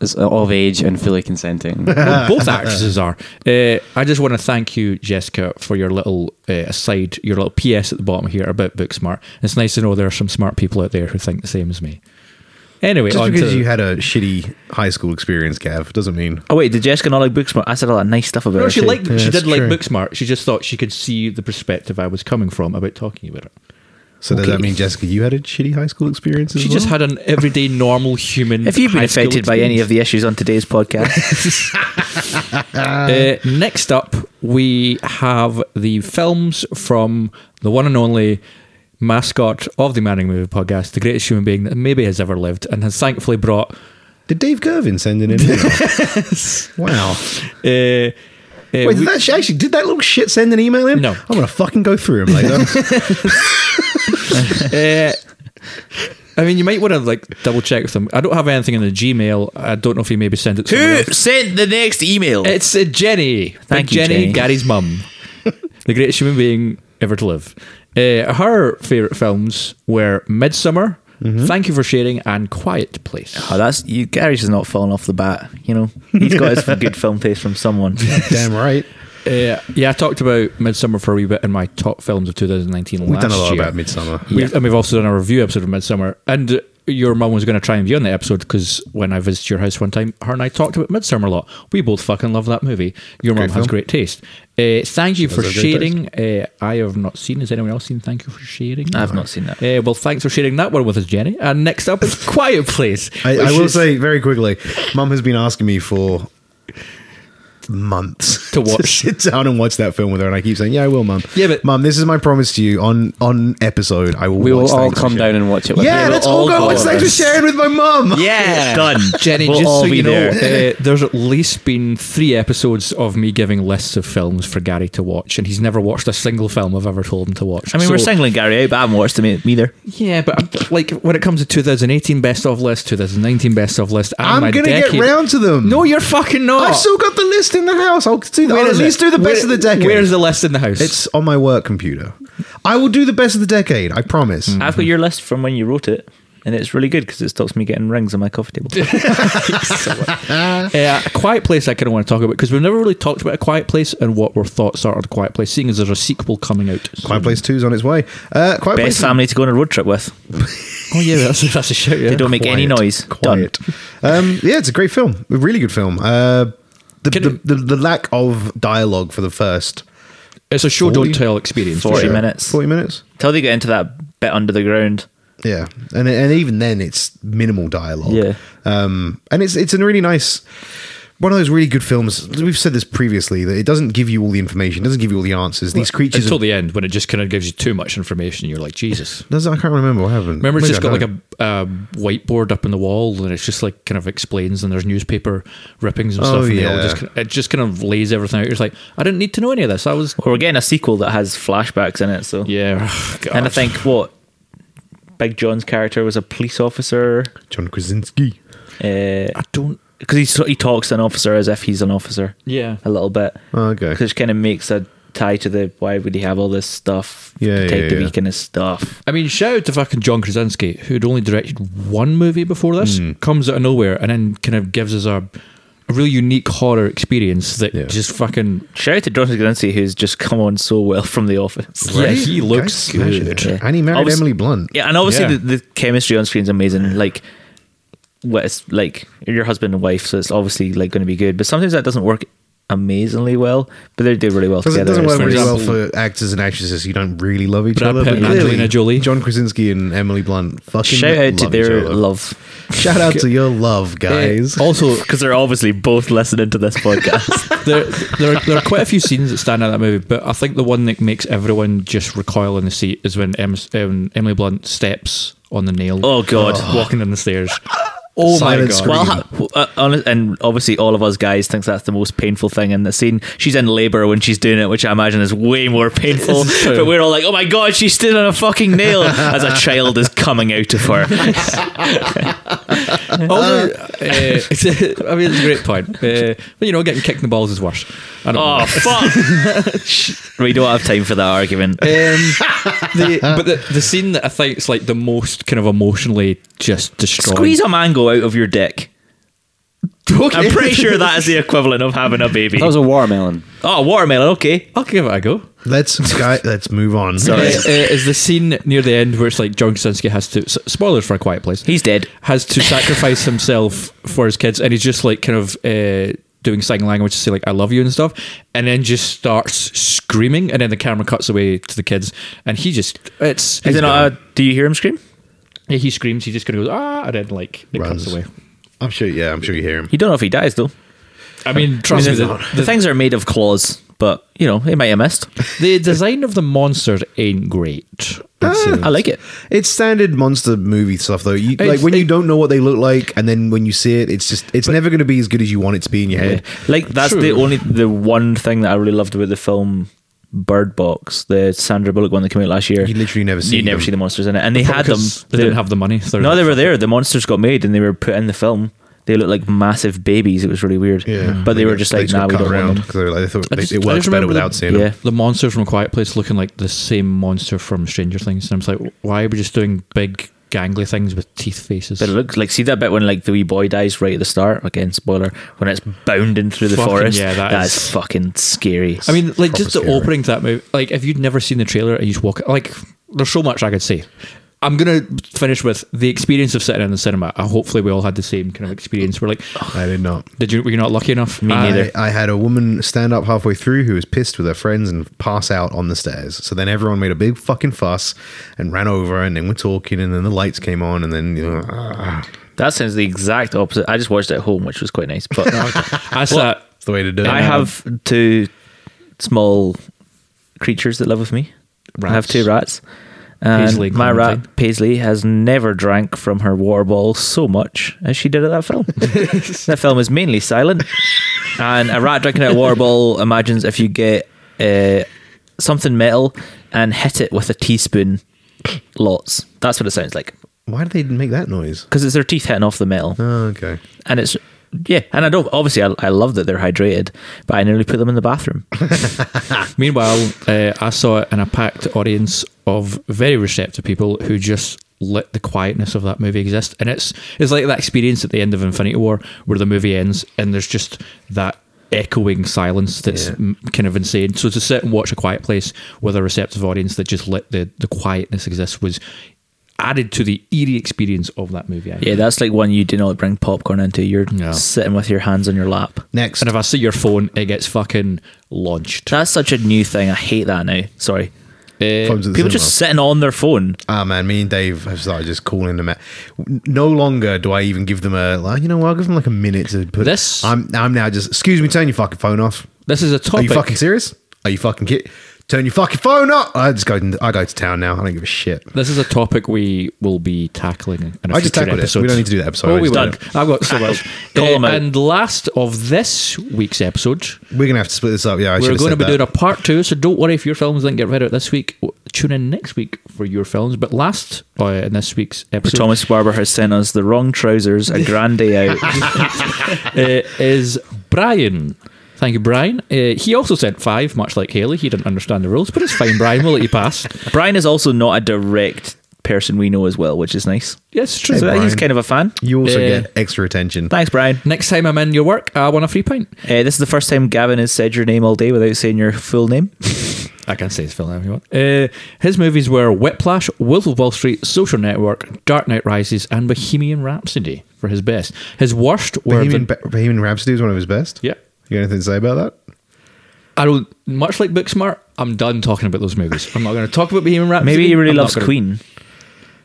is of age and fully consenting.
[laughs]
well, both actresses are. Uh, I just want to thank you, Jessica, for your little uh, aside, your little PS at the bottom here about Booksmart. It's nice to know there are some smart people out there who think the same as me. Anyway,
Just
on
because
to-
you had a shitty high school experience, Gav, doesn't mean
Oh wait, did Jessica not like Booksmart? I said all that nice stuff about
No,
her.
she
too.
liked.
Yeah,
she
that's
did like
true.
Booksmart. She just thought she could see the perspective I was coming from about talking about it.
So does
Okay.
that mean Jessica, you had a shitty high school experience? As
She
well?
just had an everyday, normal human.
If you've been
high school
affected by any
experience.
of the issues on
[laughs]
today's podcast,
Uh, next up, we have the films from the one and only mascot of the Manning Movie Podcast, the greatest human being that maybe has ever lived, and has thankfully brought
Did Dave Gervin send in an email? wow.
uh, uh,
Wait, did that sh- actually did that little shit send an email in?
No.
I'm gonna fucking go through him
[laughs]
later.
Uh, I mean, you might want to like double check with them. I don't have anything in the Gmail. I don't know if you maybe send it to somewhere else.
sent the next email?
It's uh, Jenny.
Thank
Big
you, Jenny.
Gary's
[laughs]
mum, the greatest human being ever to live. Uh, her favorite films were Midsummer,
Mm-hmm.
Thank You for Sharing, and Quiet Place.
Oh, that's you. Gary's just not falling off the bat. You know, he's got his good film taste
[laughs]
from someone.
Damn right.
Uh, yeah, I talked about Midsummer for a wee bit in my top films of 2019
We've
last
done a lot
year.
about Midsummer.
We've, and we've also done a review episode of Midsummer. And your mum was going to try and be on the episode because when I visited your house one time, her and I talked about Midsummer a lot. We both fucking love that movie. Your mum
Great
has
film.
great taste. Uh, thank you for
a great
sharing. Uh, I have not seen. Has anyone else seen? Thank you for sharing.
I've not seen that.
Uh, well, thanks for sharing that one with us, Jenny. And next up is Quiet Place.
I,
which
I will
is
say very quickly, Mum has been asking me for months
To watch.
sit down and watch that film with her, and I keep saying, "Yeah, I will, Mum."
Yeah, but-
Mum, this is my promise to you. On on episode, I will.
[laughs] We will
watch
all
Thanks for
come
Sharing.
down and watch it. With
Yeah,
you.
let's all, go watch
over
Thanks for
it.
Sharing with my mum.
yeah, done.
Jenny,
We'll
just
all
so you
be
know,
there.
uh,
[laughs]
there's at least been three episodes of me giving lists of films for Gary to watch, and he's never watched a single film I've ever told him to watch.
I mean,
So-
we're singling Gary out, but I haven't watched him e- either.
Yeah, but I'm, like when it comes to 2018 best of list, 2019 best of list, and
I'm
my
gonna
decade-
get round to them.
No, you're fucking not.
I've still got the list in the house. I'll, do the,
Where
I'll at
is it?
least do the best
Where-
of the decade.
Where's the list in the house?
It's on my work computer. I will do the best of the decade. I promise.
I've
Mm-hmm.
got your list from when you wrote it, and it's really good because it stops me getting rings on my coffee table.
[laughs] Uh, a quiet place I kind of want to talk about because we've never really talked about a quiet place and what our thoughts are on a quiet place, seeing as there's a sequel coming out. soon.
Quiet Place 2 is on its way. Uh, Quiet
Best
Place
family to go on a road trip with.
Oh yeah, that's, that's a shout. Yeah.
They don't make any
Quiet.
noise. Done.
Quiet. Um, yeah, it's a great film. A really good film. Uh, the,
Can-
the, the, the lack of dialogue for the first
It's a show
Forty-
don't tell experience. for
40
sure.
minutes.
40 minutes.
Till they get into that bit under the ground.
Yeah, and and even then, it's minimal dialogue.
Yeah.
um, and it's it's a really nice. One of those really good films. We've said this previously that it doesn't give you all the information, doesn't give you all the answers. These creatures.
until
Are,
the end when it just kind of gives you too much information. You're like Jesus.
does I can't remember what happened.
Remember, it's
Maybe
just
I
got like
don't.
a um, whiteboard up in the wall, and it's just like kind of explains, and there's newspaper rippings and
Oh,
stuff. And they all
yeah.
just kind of, it just kind of lays everything out. You're just like, I didn't need to know any of this. I was
Well, we're getting a sequel that has flashbacks in it, so.
yeah, [sighs]
And I think what? Big John's character was a police officer.
John Krasinski.
Uh,
I don't.
because he sort- he talks to an officer as if he's an officer.
Yeah.
a little bit.
Oh, okay.
which kind of makes a tie to the why would he have all this stuff?
Yeah,
take
yeah,
the
yeah.
week in his stuff.
I mean, shout out to fucking John Krasinski, who'd only directed one movie before this,
Hmm.
comes out of nowhere and then kind of gives us a, a really unique horror experience that
Yeah.
just fucking.
Shout out to John Krasinski, who's just come on so well from The Office.
Yeah,
Right?
he looks
Guy smashed
good.
it. And he married
Obviously-
Emily Blunt.
Yeah, and obviously
Yeah.
The, the chemistry on screen is amazing. Like, what it's like your husband and wife, so it's obviously like going to be good. But sometimes that doesn't work amazingly well. But they do really well
Because
together.
it doesn't work
So
really
it's-
well for actors and actresses who don't really love each
Brad
other.
Pitt
but
and
clearly,
Angelina Jolie.
John Krasinski and Emily Blunt fucking
Shout out to
love
their
each other.
love.
Shout out to your love, guys.
Eh, also,
Because they're obviously both listening to this podcast.
there, there, are, there are quite a few scenes that stand out in that movie, but I think the one that makes everyone just recoil in the seat is when em, um, Emily Blunt steps on the nail.
[laughs] Oh, God.
walking down the stairs. Oh
Silent
my god!
scream.
Well, ha- uh, honest, and obviously all of us guys thinks that's the most painful thing in the scene. She's in labour when she's doing it, which I imagine is way more painful.
This is true.
But we're all like, "Oh my god, she's stood on a fucking nail!" as a child is coming out of [laughs] her. uh,
Also, eh, [laughs] I mean, it's a great point. Eh, but you know, getting kicked in the balls is worse. I don't know.
oh fuck! [laughs] Eh, we don't have time for that argument.
Um, the, but the, the scene that I think is like the [laughs] most kind of emotionally just destroying.
Squeeze a mango out of your dick.
Okay.
I'm pretty sure that is [laughs] the equivalent of having a baby.
That was a watermelon.
oh, watermelon. Okay.
I'll give it a go.
Let's guy, let's move on.
Uh,
Sorry.
uh, is the scene near the end where it's like John Krasinski has to s- spoilers for a quiet place
He's dead.
has to sacrifice himself for his kids, and he's just like kind of uh, doing sign language to say like "I love you" and stuff, and then just starts screaming, and then the camera cuts away to the kids, and he just it's
Is it not? A, do you hear him scream?
yeah, he screams, he just kind of goes ah, and then like it
Runs.
cuts away.
[laughs] I'm sure. Yeah, I'm sure you hear him.
You don't know if he dies though.
I mean, trust
I mean,
me,
the,
the,
the things are made of claws, but you know they might have missed.
the design of the monsters ain't great.
I like it.
uh, It's standard monster movie stuff, though. You, like
It's-
when you don't know what they look like, and then when you see it, it's just it's never going to be as good as you want it to be in your head.
Like that's
True.
the only the one thing that I really loved about the film Bird Box, the Sandra Bullock one that came out last year.
You literally never see
you never
them.
see the monsters in it, and they had them.
Because They didn't have the money. so-
No, they were there. The monsters got made, and they were put in the film. They looked like massive babies. It was really weird. but they were just like, nah, we don't want them.
because they, were like, they thought
I
they-
just-
it
I
works
just
better
remember
without
the-
seeing them.
yeah.
the monster from Quiet Place looking like the same monster from Stranger Things, and I'm just like, why are we just doing big gangly things with teeth faces?
But it looks like see that bit when like the wee boy dies right at the start. Again, spoiler. When it's bounding through the
Fucking
forest,
yeah, that
that's
is-
fucking scary.
I mean, like just the
Proper scary.
opening to that movie. Like if you'd never seen the trailer and you just walk, like there's so much I could say. I'm gonna finish with the experience of sitting in the cinema. Uh, hopefully, we all had the same kind of experience. We're like,
I did not.
did you? Were you not lucky enough? Me
I, I had a woman stand up halfway through who was pissed with her friends and pass out on the stairs. So then everyone made a big fucking fuss and ran over, and then we're talking, and then the lights came on, and then you know, ah,
that sounds the exact opposite. I just watched it at home, which was quite nice.
[laughs]
But
[laughs]
I sat.
it's the way to do it.
I have two small creatures that live with me. I have
Rats.
two rats. And
Paisley and
my rat
Clementine.
Paisley has never drank from her water bottle so much as she did at that [laughs] film. that film is mainly silent, and a rat drinking out of a water bottle imagines if you get uh, something metal and hit it with a teaspoon, lots. That's what it sounds like
Why did they make that noise?
because it's their teeth hitting off the metal
Oh, okay.
and it's yeah and i don't obviously i, I love that they're hydrated but i nearly put them in the bathroom
Meanwhile, uh, I saw it in a packed audience of very receptive people who just let the quietness of that movie exist. And it's it's like that experience at the end of Infinity War where the movie ends and there's just that echoing silence that's
Yeah.
m kind of insane. So to sit and watch a quiet place with a receptive audience that just let the, the quietness exist was added to the eerie experience of that movie. I
yeah
think.
that's like one you do not bring popcorn into you're
No.
sitting with your hands on your lap
Next,
And if I see your phone, it gets fucking launched. Uh,
that's such a new thing i hate that now sorry
Phones at the cinema.
people just sitting on their phone
Ah man, me and Dave have started just calling them. Out. No longer do I even give them a like. You know what? I'll give them like a minute to put
This-
I'm I'm now just. Excuse me, turn your fucking phone off.
This is a
Are
topic.
you fucking serious? Are you fucking kid? Turn your fucking phone off. I just go. I go to town now. I don't give a shit.
This is a topic we will be tackling in a
I just
future
tackled it.
episode.
We don't need to do that episode.
Oh,
I just
we will.
done it.
I've got
[laughs]
so much.
Call
Uh,
them out.
and last of this week's episode,
We're gonna have to split this up. Yeah, I
we're
should've
going to
said
be
that.
doing a part two. So don't worry if your films didn't get read out this week. W- Tune in next week for your films. But last uh, in this week's episode
thomas barber has sent us the wrong trousers a grand day
[laughs]
out
uh, [laughs] is Brian. Thank you, Brian. Uh, he also sent five, much like Haley. He didn't understand the rules, but it's fine, Brian. We'll let you pass. [laughs]
brian is also not a direct person we know as well which is nice
Yes, it's true.
so uh,
Brian.
he's kind of a fan
You also
Yeah.
get extra attention.
thanks brian
Next time I'm in your work, I want a free pint.
uh, this is the first time gavin has said your name all day without saying your full
[laughs]
name
I can say his film if you want. Uh, his movies were Whiplash, Wolf of Wall Street, Social Network, Dark Knight Rises, and Bohemian Rhapsody for his best. His worst were
Bohemian,
the,
Ba- Bohemian Rhapsody was one of his best.
Yeah.
You got anything to say about that?
I don't much like Booksmart. I'm done talking about those movies. I'm not going to talk about Bohemian Rhapsody.
maybe he really
I'm not
loves
gonna-
queen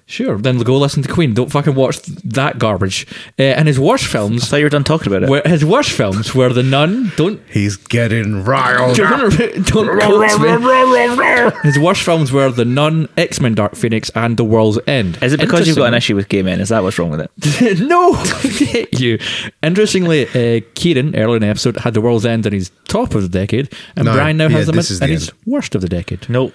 Sure, then go listen to Queen. Don't fucking watch that garbage. Uh, and his worst
i [laughs]
films.
thought you were done talking about it
Were, his worst films were The Nun. Don't
He's getting
Oh,
riled.
You're
up.
gonna re- [laughs] don't quote me. His worst films were The Nun, X Men: Dark Phoenix, and The World's End.
Is it because you've got an
Interestingly-
issue with gay men? Is that what's wrong with it?
no, Hate you. Interestingly, uh, Kieran earlier in the episode had the world's end in his top of the decade, and
No,
Brian now
yeah,
has them
this is
in
the
in his
end.
worst of the decade.
No.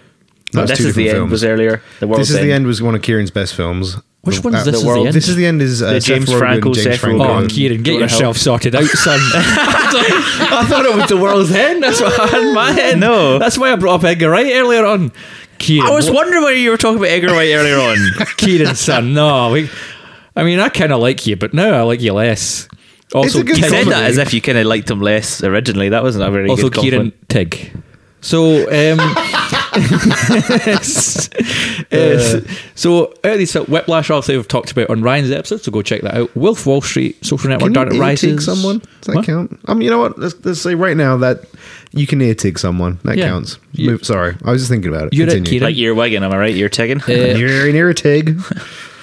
No, it's
this
two
is the
different
end. Was
films.
earlier the world's
This is
end.
the end was one of Kieran's best films.
Which
The-
one's
uh,
This
the
Is the
world?
End?
This is the end. Is uh,
The
Seth
James
Rogen,
Franco,
James
Seth
Franco.
Rogen.
Oh,
God.
Kieran,
Do
get
you wanna
yourself
help?
sorted
[laughs]
out, son. I thought it was the world's end. That's what I had in my head.
No.
that's why I brought up Edgar Wright earlier on. Kieran,
I was
what-
wondering why you were talking about Edgar Wright earlier on.
Kieran, son. No, we, I mean, I kind of like you, but now I like you less. Also,
a good
Tig-
It's
said
comedy.
that as if you kind of liked him less originally. That wasn't a very
also
good compliment.
Kieran Tig. So, um, [laughs] yes. Yes. uh, so out of these fil- Whiplash, obviously, we've talked about on Ryan's episode, so go check that out. Wolf Wall Street, Social Network,
Can
Dark Knight
you ear tig
Rises.
someone? Does that
What?
count? Um, you know what? Let's, let's say right now that you can ear tig someone. That
Yeah.
counts.
You-
Move, sorry, I was just thinking about it.
You're at
Continue.
Kieran.
Like you're wagging, am I right? You're tagging. [laughs]
Uh,
You're an ear
[laughs]
tig.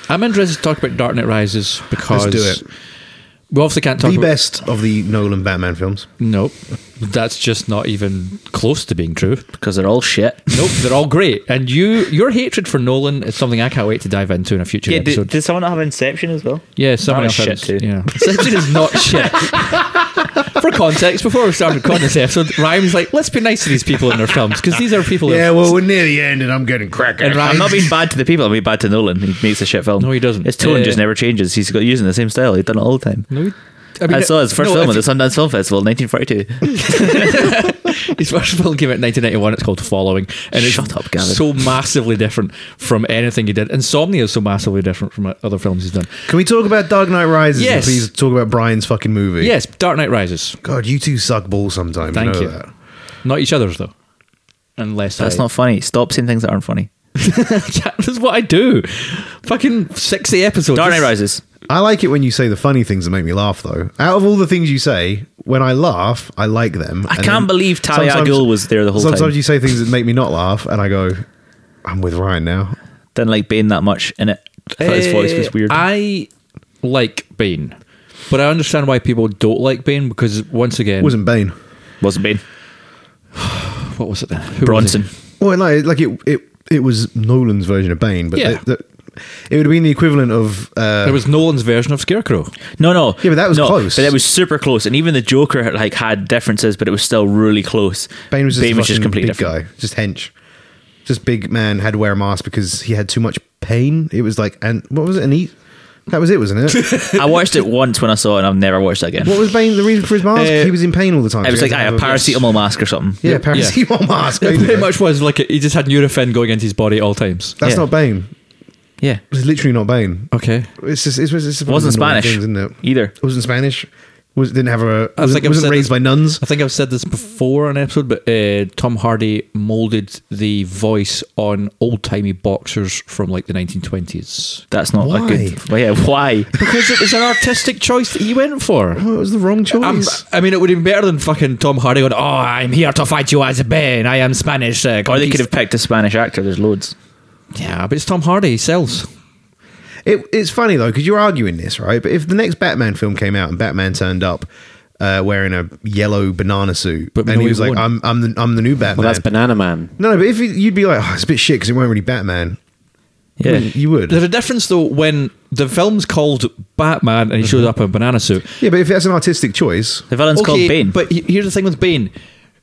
I'm interested to talk about Dark Knight Rises because
do it.
we obviously can't talk
The
about
best of the Nolan Batman films.
Nope. That's just not even close to being true.
because they're all shit.
Nope, they're all great. And you your hatred for Nolan is something I can't wait to dive into in a future
Yeah,
episode.
did, did someone not have Inception as well?
yeah, someone else
That was
had
shit
it.
too.
Yeah. [laughs] Inception is not shit. for context, before we started recording this episode, Ryan was like, let's be nice to these people in their films because these are people who-
Yeah, well, we're near the end, and I'm getting cracker.
And Ryan-
I'm not being bad to the people. I'm being bad to Nolan. He makes a shit film.
No, he doesn't.
His tone
Uh,
just never changes. He's got using the same style. He's done it all the time.
No,
I,
mean,
saw his first
no,
film at
if-
the Sundance Film Festival, in 1942.
His first film came out in 1991. It's called Following, and it's
Shut up, Gavin.
so massively different from anything he did. Insomnia is so massively different from other films he's done.
Can we talk about Dark Knight Rises? and
Yes.
please talk about Brian's fucking movie.
Yes, Dark Knight Rises.
God, you two suck balls sometimes.
Thank
know
you.
that.
Not each other's though, unless
That's
I, [laughs]
not funny. Stop saying things that aren't funny.
That's what I do. Fucking sixty episodes.
Dark Knight
This-
Rises.
I like it when you say the funny things that make me laugh, though. Out of all the things you say, when I laugh, I like them.
I
And
can't
then
believe Talia
sometimes-
Ghul was there the whole
sometimes
time.
you say things that make me not laugh, and I go, "I'm with Ryan now."
Didn't like Bane that much in it. I thought his voice was
Uh,
weird.
I like Bane, but I understand why people don't like Bane because once again,
It wasn't Bane.
Wasn't Bane.
what was it? Then? Who was
Bronson.
it?
Well, no, it- like it, it, it was Nolan's version of Bane, but
Yeah.
the- the- it would have been the equivalent of. Uh,
There was Nolan's version of Scarecrow.
No, no.
Yeah, but that was
no,
close.
But that was super close. And even the Joker had, like had differences, but it was still really close.
Bane was just a fucking
completely
big
different.
guy, just hench, just big man had to wear a mask because he had too much pain. It was like, and what was it? An eat. That was it, wasn't it?
I watched it once when I saw it, and I've never watched it again.
what was Bane? The reason for his mask?
Uh,
he was in pain all the time.
it was
so
like
he
aye,
had
a
to have
paracetamol mask or something.
Yeah, paracetamol mask.
It
basically.
pretty much was like he just had Nurofen going into his body at all times.
That's
Yeah.
not Bane.
Yeah.
It's literally not Bane.
Okay.
It's just it's, it's, it's
It wasn't
one of the
Spanish
annoying things, isn't it?
either.
It wasn't Spanish. Was didn't have a.
I was
wasn't,
like, I've
wasn't
said
raised
this-
by nuns.
I think I've said this before on an episode, but uh, Tom Hardy molded the voice on old timey boxers from like the 1920s.
That's not
Why?
a good. Well, yeah,
[laughs]
why?
Because it was an artistic choice that he went for.
Oh, it was the wrong
I'm-
choice.
I mean, it would have been better than fucking Tom Hardy going, Oh, I'm here to fight you as a man. I am Spanish. Uh,
Or they could have
conquist-"
picked a Spanish actor. There's loads.
Yeah, but it's Tom Hardy. He sells.
It, it's funny though because you're arguing this, right? But if the next Batman film came out and Batman turned up uh, wearing a yellow banana suit,
But
and
no,
he
he
was like,
won't.
"I'm I'm the, I'm the new Batman."
Well, that's Banana Man.
no, no, but if he, you'd be like, oh, "It's a bit shit because it weren't really Batman."
Yeah.
you would.
There's a difference, though, when the film's called Batman and he shows up in a banana suit.
Yeah, but if that's an artistic choice,
The villain's Mm-hmm. called Bane.
But he- here's the thing with Bane.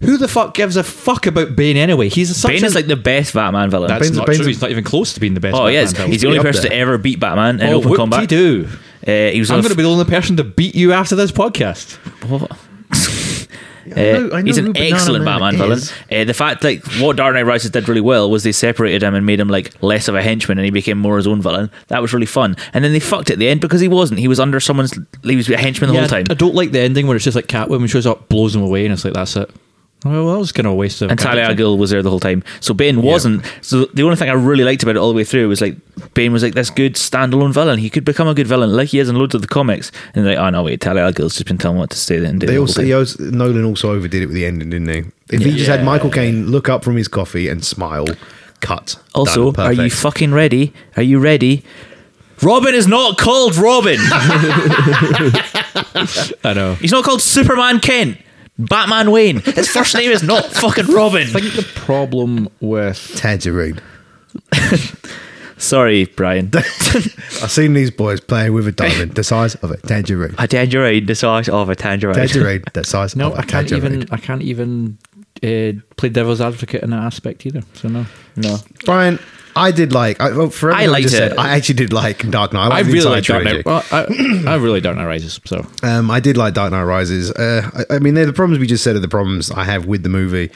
Who the fuck gives a fuck about Bane anyway? He's such
Bane
an-
is like the best Batman villain.
That's
Bane's-
not
Bane's
true.
a-
He's not even close to being the best.
oh,
Batman
he is.
villain.
He's the only
Up
person
there.
to ever beat Batman in
oh,
open combat.
do.
Uh, he was
I'm
on a
going to be the only person to beat you after this podcast.
Uh,
know- I
he's
know who
an
Banana
excellent
Man
Batman
is.
villain. Uh, the fact, like, what Dark Knight Rises did really well was they separated him and made him like less of a henchman, and he became more his own villain. That was really fun. And then they fucked it at the end because he wasn't. He was under someone's. He was a henchman the
yeah,
whole time.
I don't like the ending where it's just like Catwoman shows up, blows him away, and it's like that's it. Oh, well, that was kind of a waste of.
and Talia
character.
Ghul was there the whole time. So Bane wasn't. So the only thing I really liked about it all the way through was like Bane was like this good standalone villain. He could become a good villain like he is in loads of the comics. And they're like, oh no, wait, Talia Ghul's just been telling him what to say and do.
they
the whole
also,
time.
he also Nolan also overdid it with the ending, didn't he? If he just had Michael Caine look up from his coffee and smile, cut.
Also,
done,
are you
perfect.
fucking ready? Are you ready? Robin is not called Robin.
I know.
He's not called Superman Kent. Batman Wayne. His first name is not fucking Robin.
I think the problem with
Tangerine.
Sorry, Brian.
I've seen these boys playing with a diamond the size of a tangerine.
A tangerine, the size of a tangerine.
Tangerine the size
no,
of a
I can't
tangerine.
even. I can't even uh, play devil's advocate in that aspect either. So no, no.
Brian, I did like. I, well, for everything I
liked
just
it.
Said, I actually did like Dark Knight. I,
I
liked the
really
entire
like Dark
trilogy.
Knight. Well, I, I really Dark Knight Rises.
[clears throat]
So
Um, I did like Dark Knight Rises. Uh, I, I mean, they're the problems we just said are the problems I have with the movie.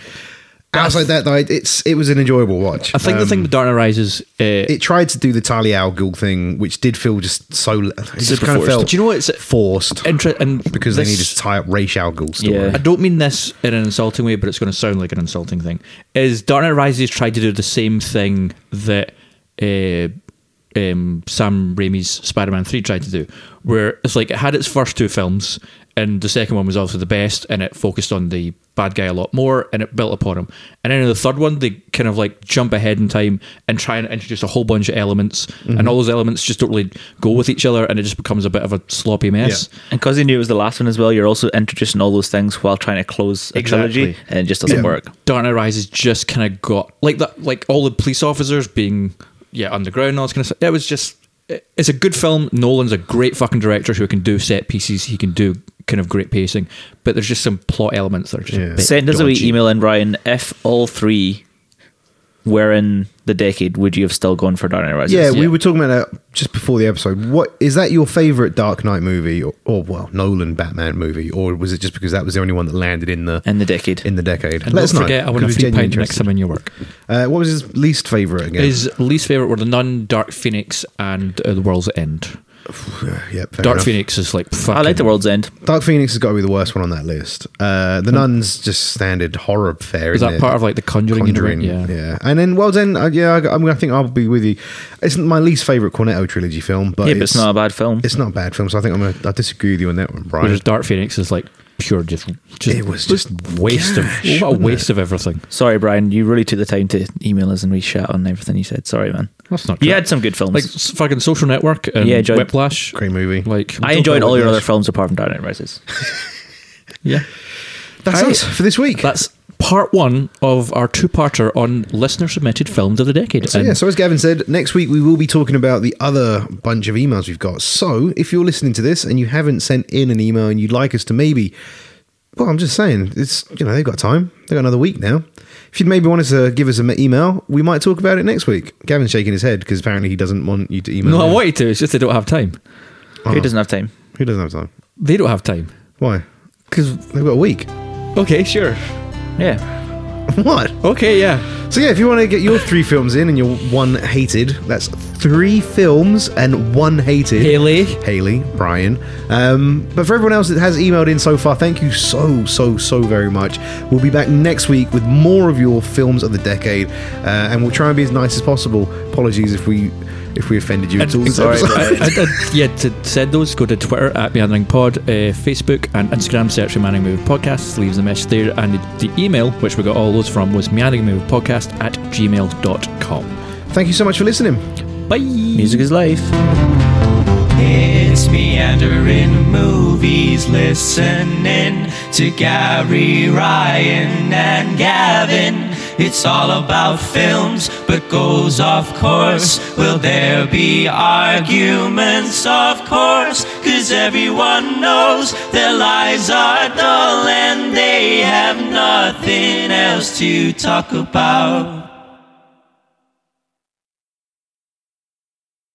Outside that, though, it's it was an enjoyable watch.
I think the
Um,
thing with Dark Knight Rises, uh,
it tried to do the Talia Al Ghul thing, which did feel just so. It just kind of
forced.
felt
do you know what? It's
forced
inter- and
because they
this-
needed to tie up Ra's Al Ghul's story.
Yeah.
I don't mean this in an insulting way, but it's going to sound like an insulting thing. Is Dark Knight Rises tried to do the same thing that uh, um, Sam Raimi's Spider Man 3 tried to do, where it's like it had its first two films, and the second one was obviously the best, and it focused on the bad guy a lot more, and it built upon him. And then in the third one, they kind of like jump ahead in time and try and introduce a whole bunch of elements, and all those elements just don't really go with each other, and it just becomes a bit of a sloppy mess.
And because you knew it was the last one as well, you're also introducing all those things while trying to close a trilogy,
Exactly.
and it just doesn't
Yeah.
work.
Dark Knight Rises just kind of got like that, like all the police officers being yeah underground. And all this kind of stuff. It was just it- it's a good film. Nolan's a great fucking director who can do set pieces. He can do kind of great pacing, but there's just some plot elements that are just a
Yeah.
bit
Send us a wee
dodgy.
email in, Brian. If all three were in the decade, would you have still gone for Dark Knight Rises?
Yeah, we
Yeah.
were talking about that just before the episode. What is that your favorite Dark Knight movie, or, or well, Nolan Batman movie, or was it just because that was the only one that landed in the
In the decade.
in the decade?
And don't forget, I want a
because
free
we're genuinely
pint next time in your work.
interested. Uh, what was his least favorite again?
His least favorite were the Nun, Dark Phoenix, and uh, the World's End.
[sighs] yeah, fair
Dark
enough.
Phoenix is like fucking,
I like The World's End.
Dark Phoenix has got to be the worst one on that list. Uh, the Nun's just standard horror fare.
Is
isn't
that
it?
part of like the Conjuring?
Conjuring,
universe?
yeah. and then well then, uh, yeah, I, I, mean, I think I'll be with you. It's my least favorite Cornetto trilogy film, but
yeah, but it's, not a bad film.
It's not a bad film, so I think I'm gonna, I disagree with you on that one, Brian.
Whereas Dark Phoenix is like pure just, just
It was just
waste
gash,
of what a
wasn't
waste of everything.
Sorry, Brian. You really took the time to email us and we shat on everything you said. Sorry, man.
That's not
You
true.
had some good films.
like s- fucking Social Network and
Yeah, John-
Whiplash.
Great movie.
Like
I enjoyed all your other films apart from Dark Knight Rises.
Yeah,
That's
Alright.
us for this week.
that's part one of our two-parter on listener submitted films of the decade.
so,
And
yeah, so as Gavin said, next week we will be talking about the other bunch of emails we've got. So if you're listening to this and you haven't sent in an email and you'd like us to maybe, well, I'm just saying, it's you know they've got time, they've got another week now. If you'd maybe want us to give us an email, we might talk about it next week. Gavin's shaking his head because apparently he doesn't want you to email.
no, I
him.
want you to. It's just they don't have time.
Who doesn't have time?
Who doesn't have time?
They don't have time
Why?
because
They've got a week. [laughs]
okay, sure,
Yeah.
What?
okay, yeah.
So yeah, if you want to get your three films in and your one hated, that's three films and one hated.
Haley.
Haley, Brian. Um, but for everyone else that has emailed in so far, thank you so, so, so very much. We'll be back next week with more of your films of the decade, uh, and we'll try and be as nice as possible. Apologies if we if we offended you at all. this
sorry,
episode.
I, I, I, yeah, to send those, go to Twitter at Meandering Pod, uh, Facebook and Instagram, search for Meandering Movie Podcast, leaves a message there, and the email, which we got all those from, was meandering movie podcast at gmail.com.
[laughs] Thank you so much for listening.
Bye!
Music is life.
It's meandering movies, listening to Gary Ryan and Gavin. It's all about films, but goes off course. Will there be arguments? Of course, cause everyone knows their lives are dull and they have nothing else to talk about.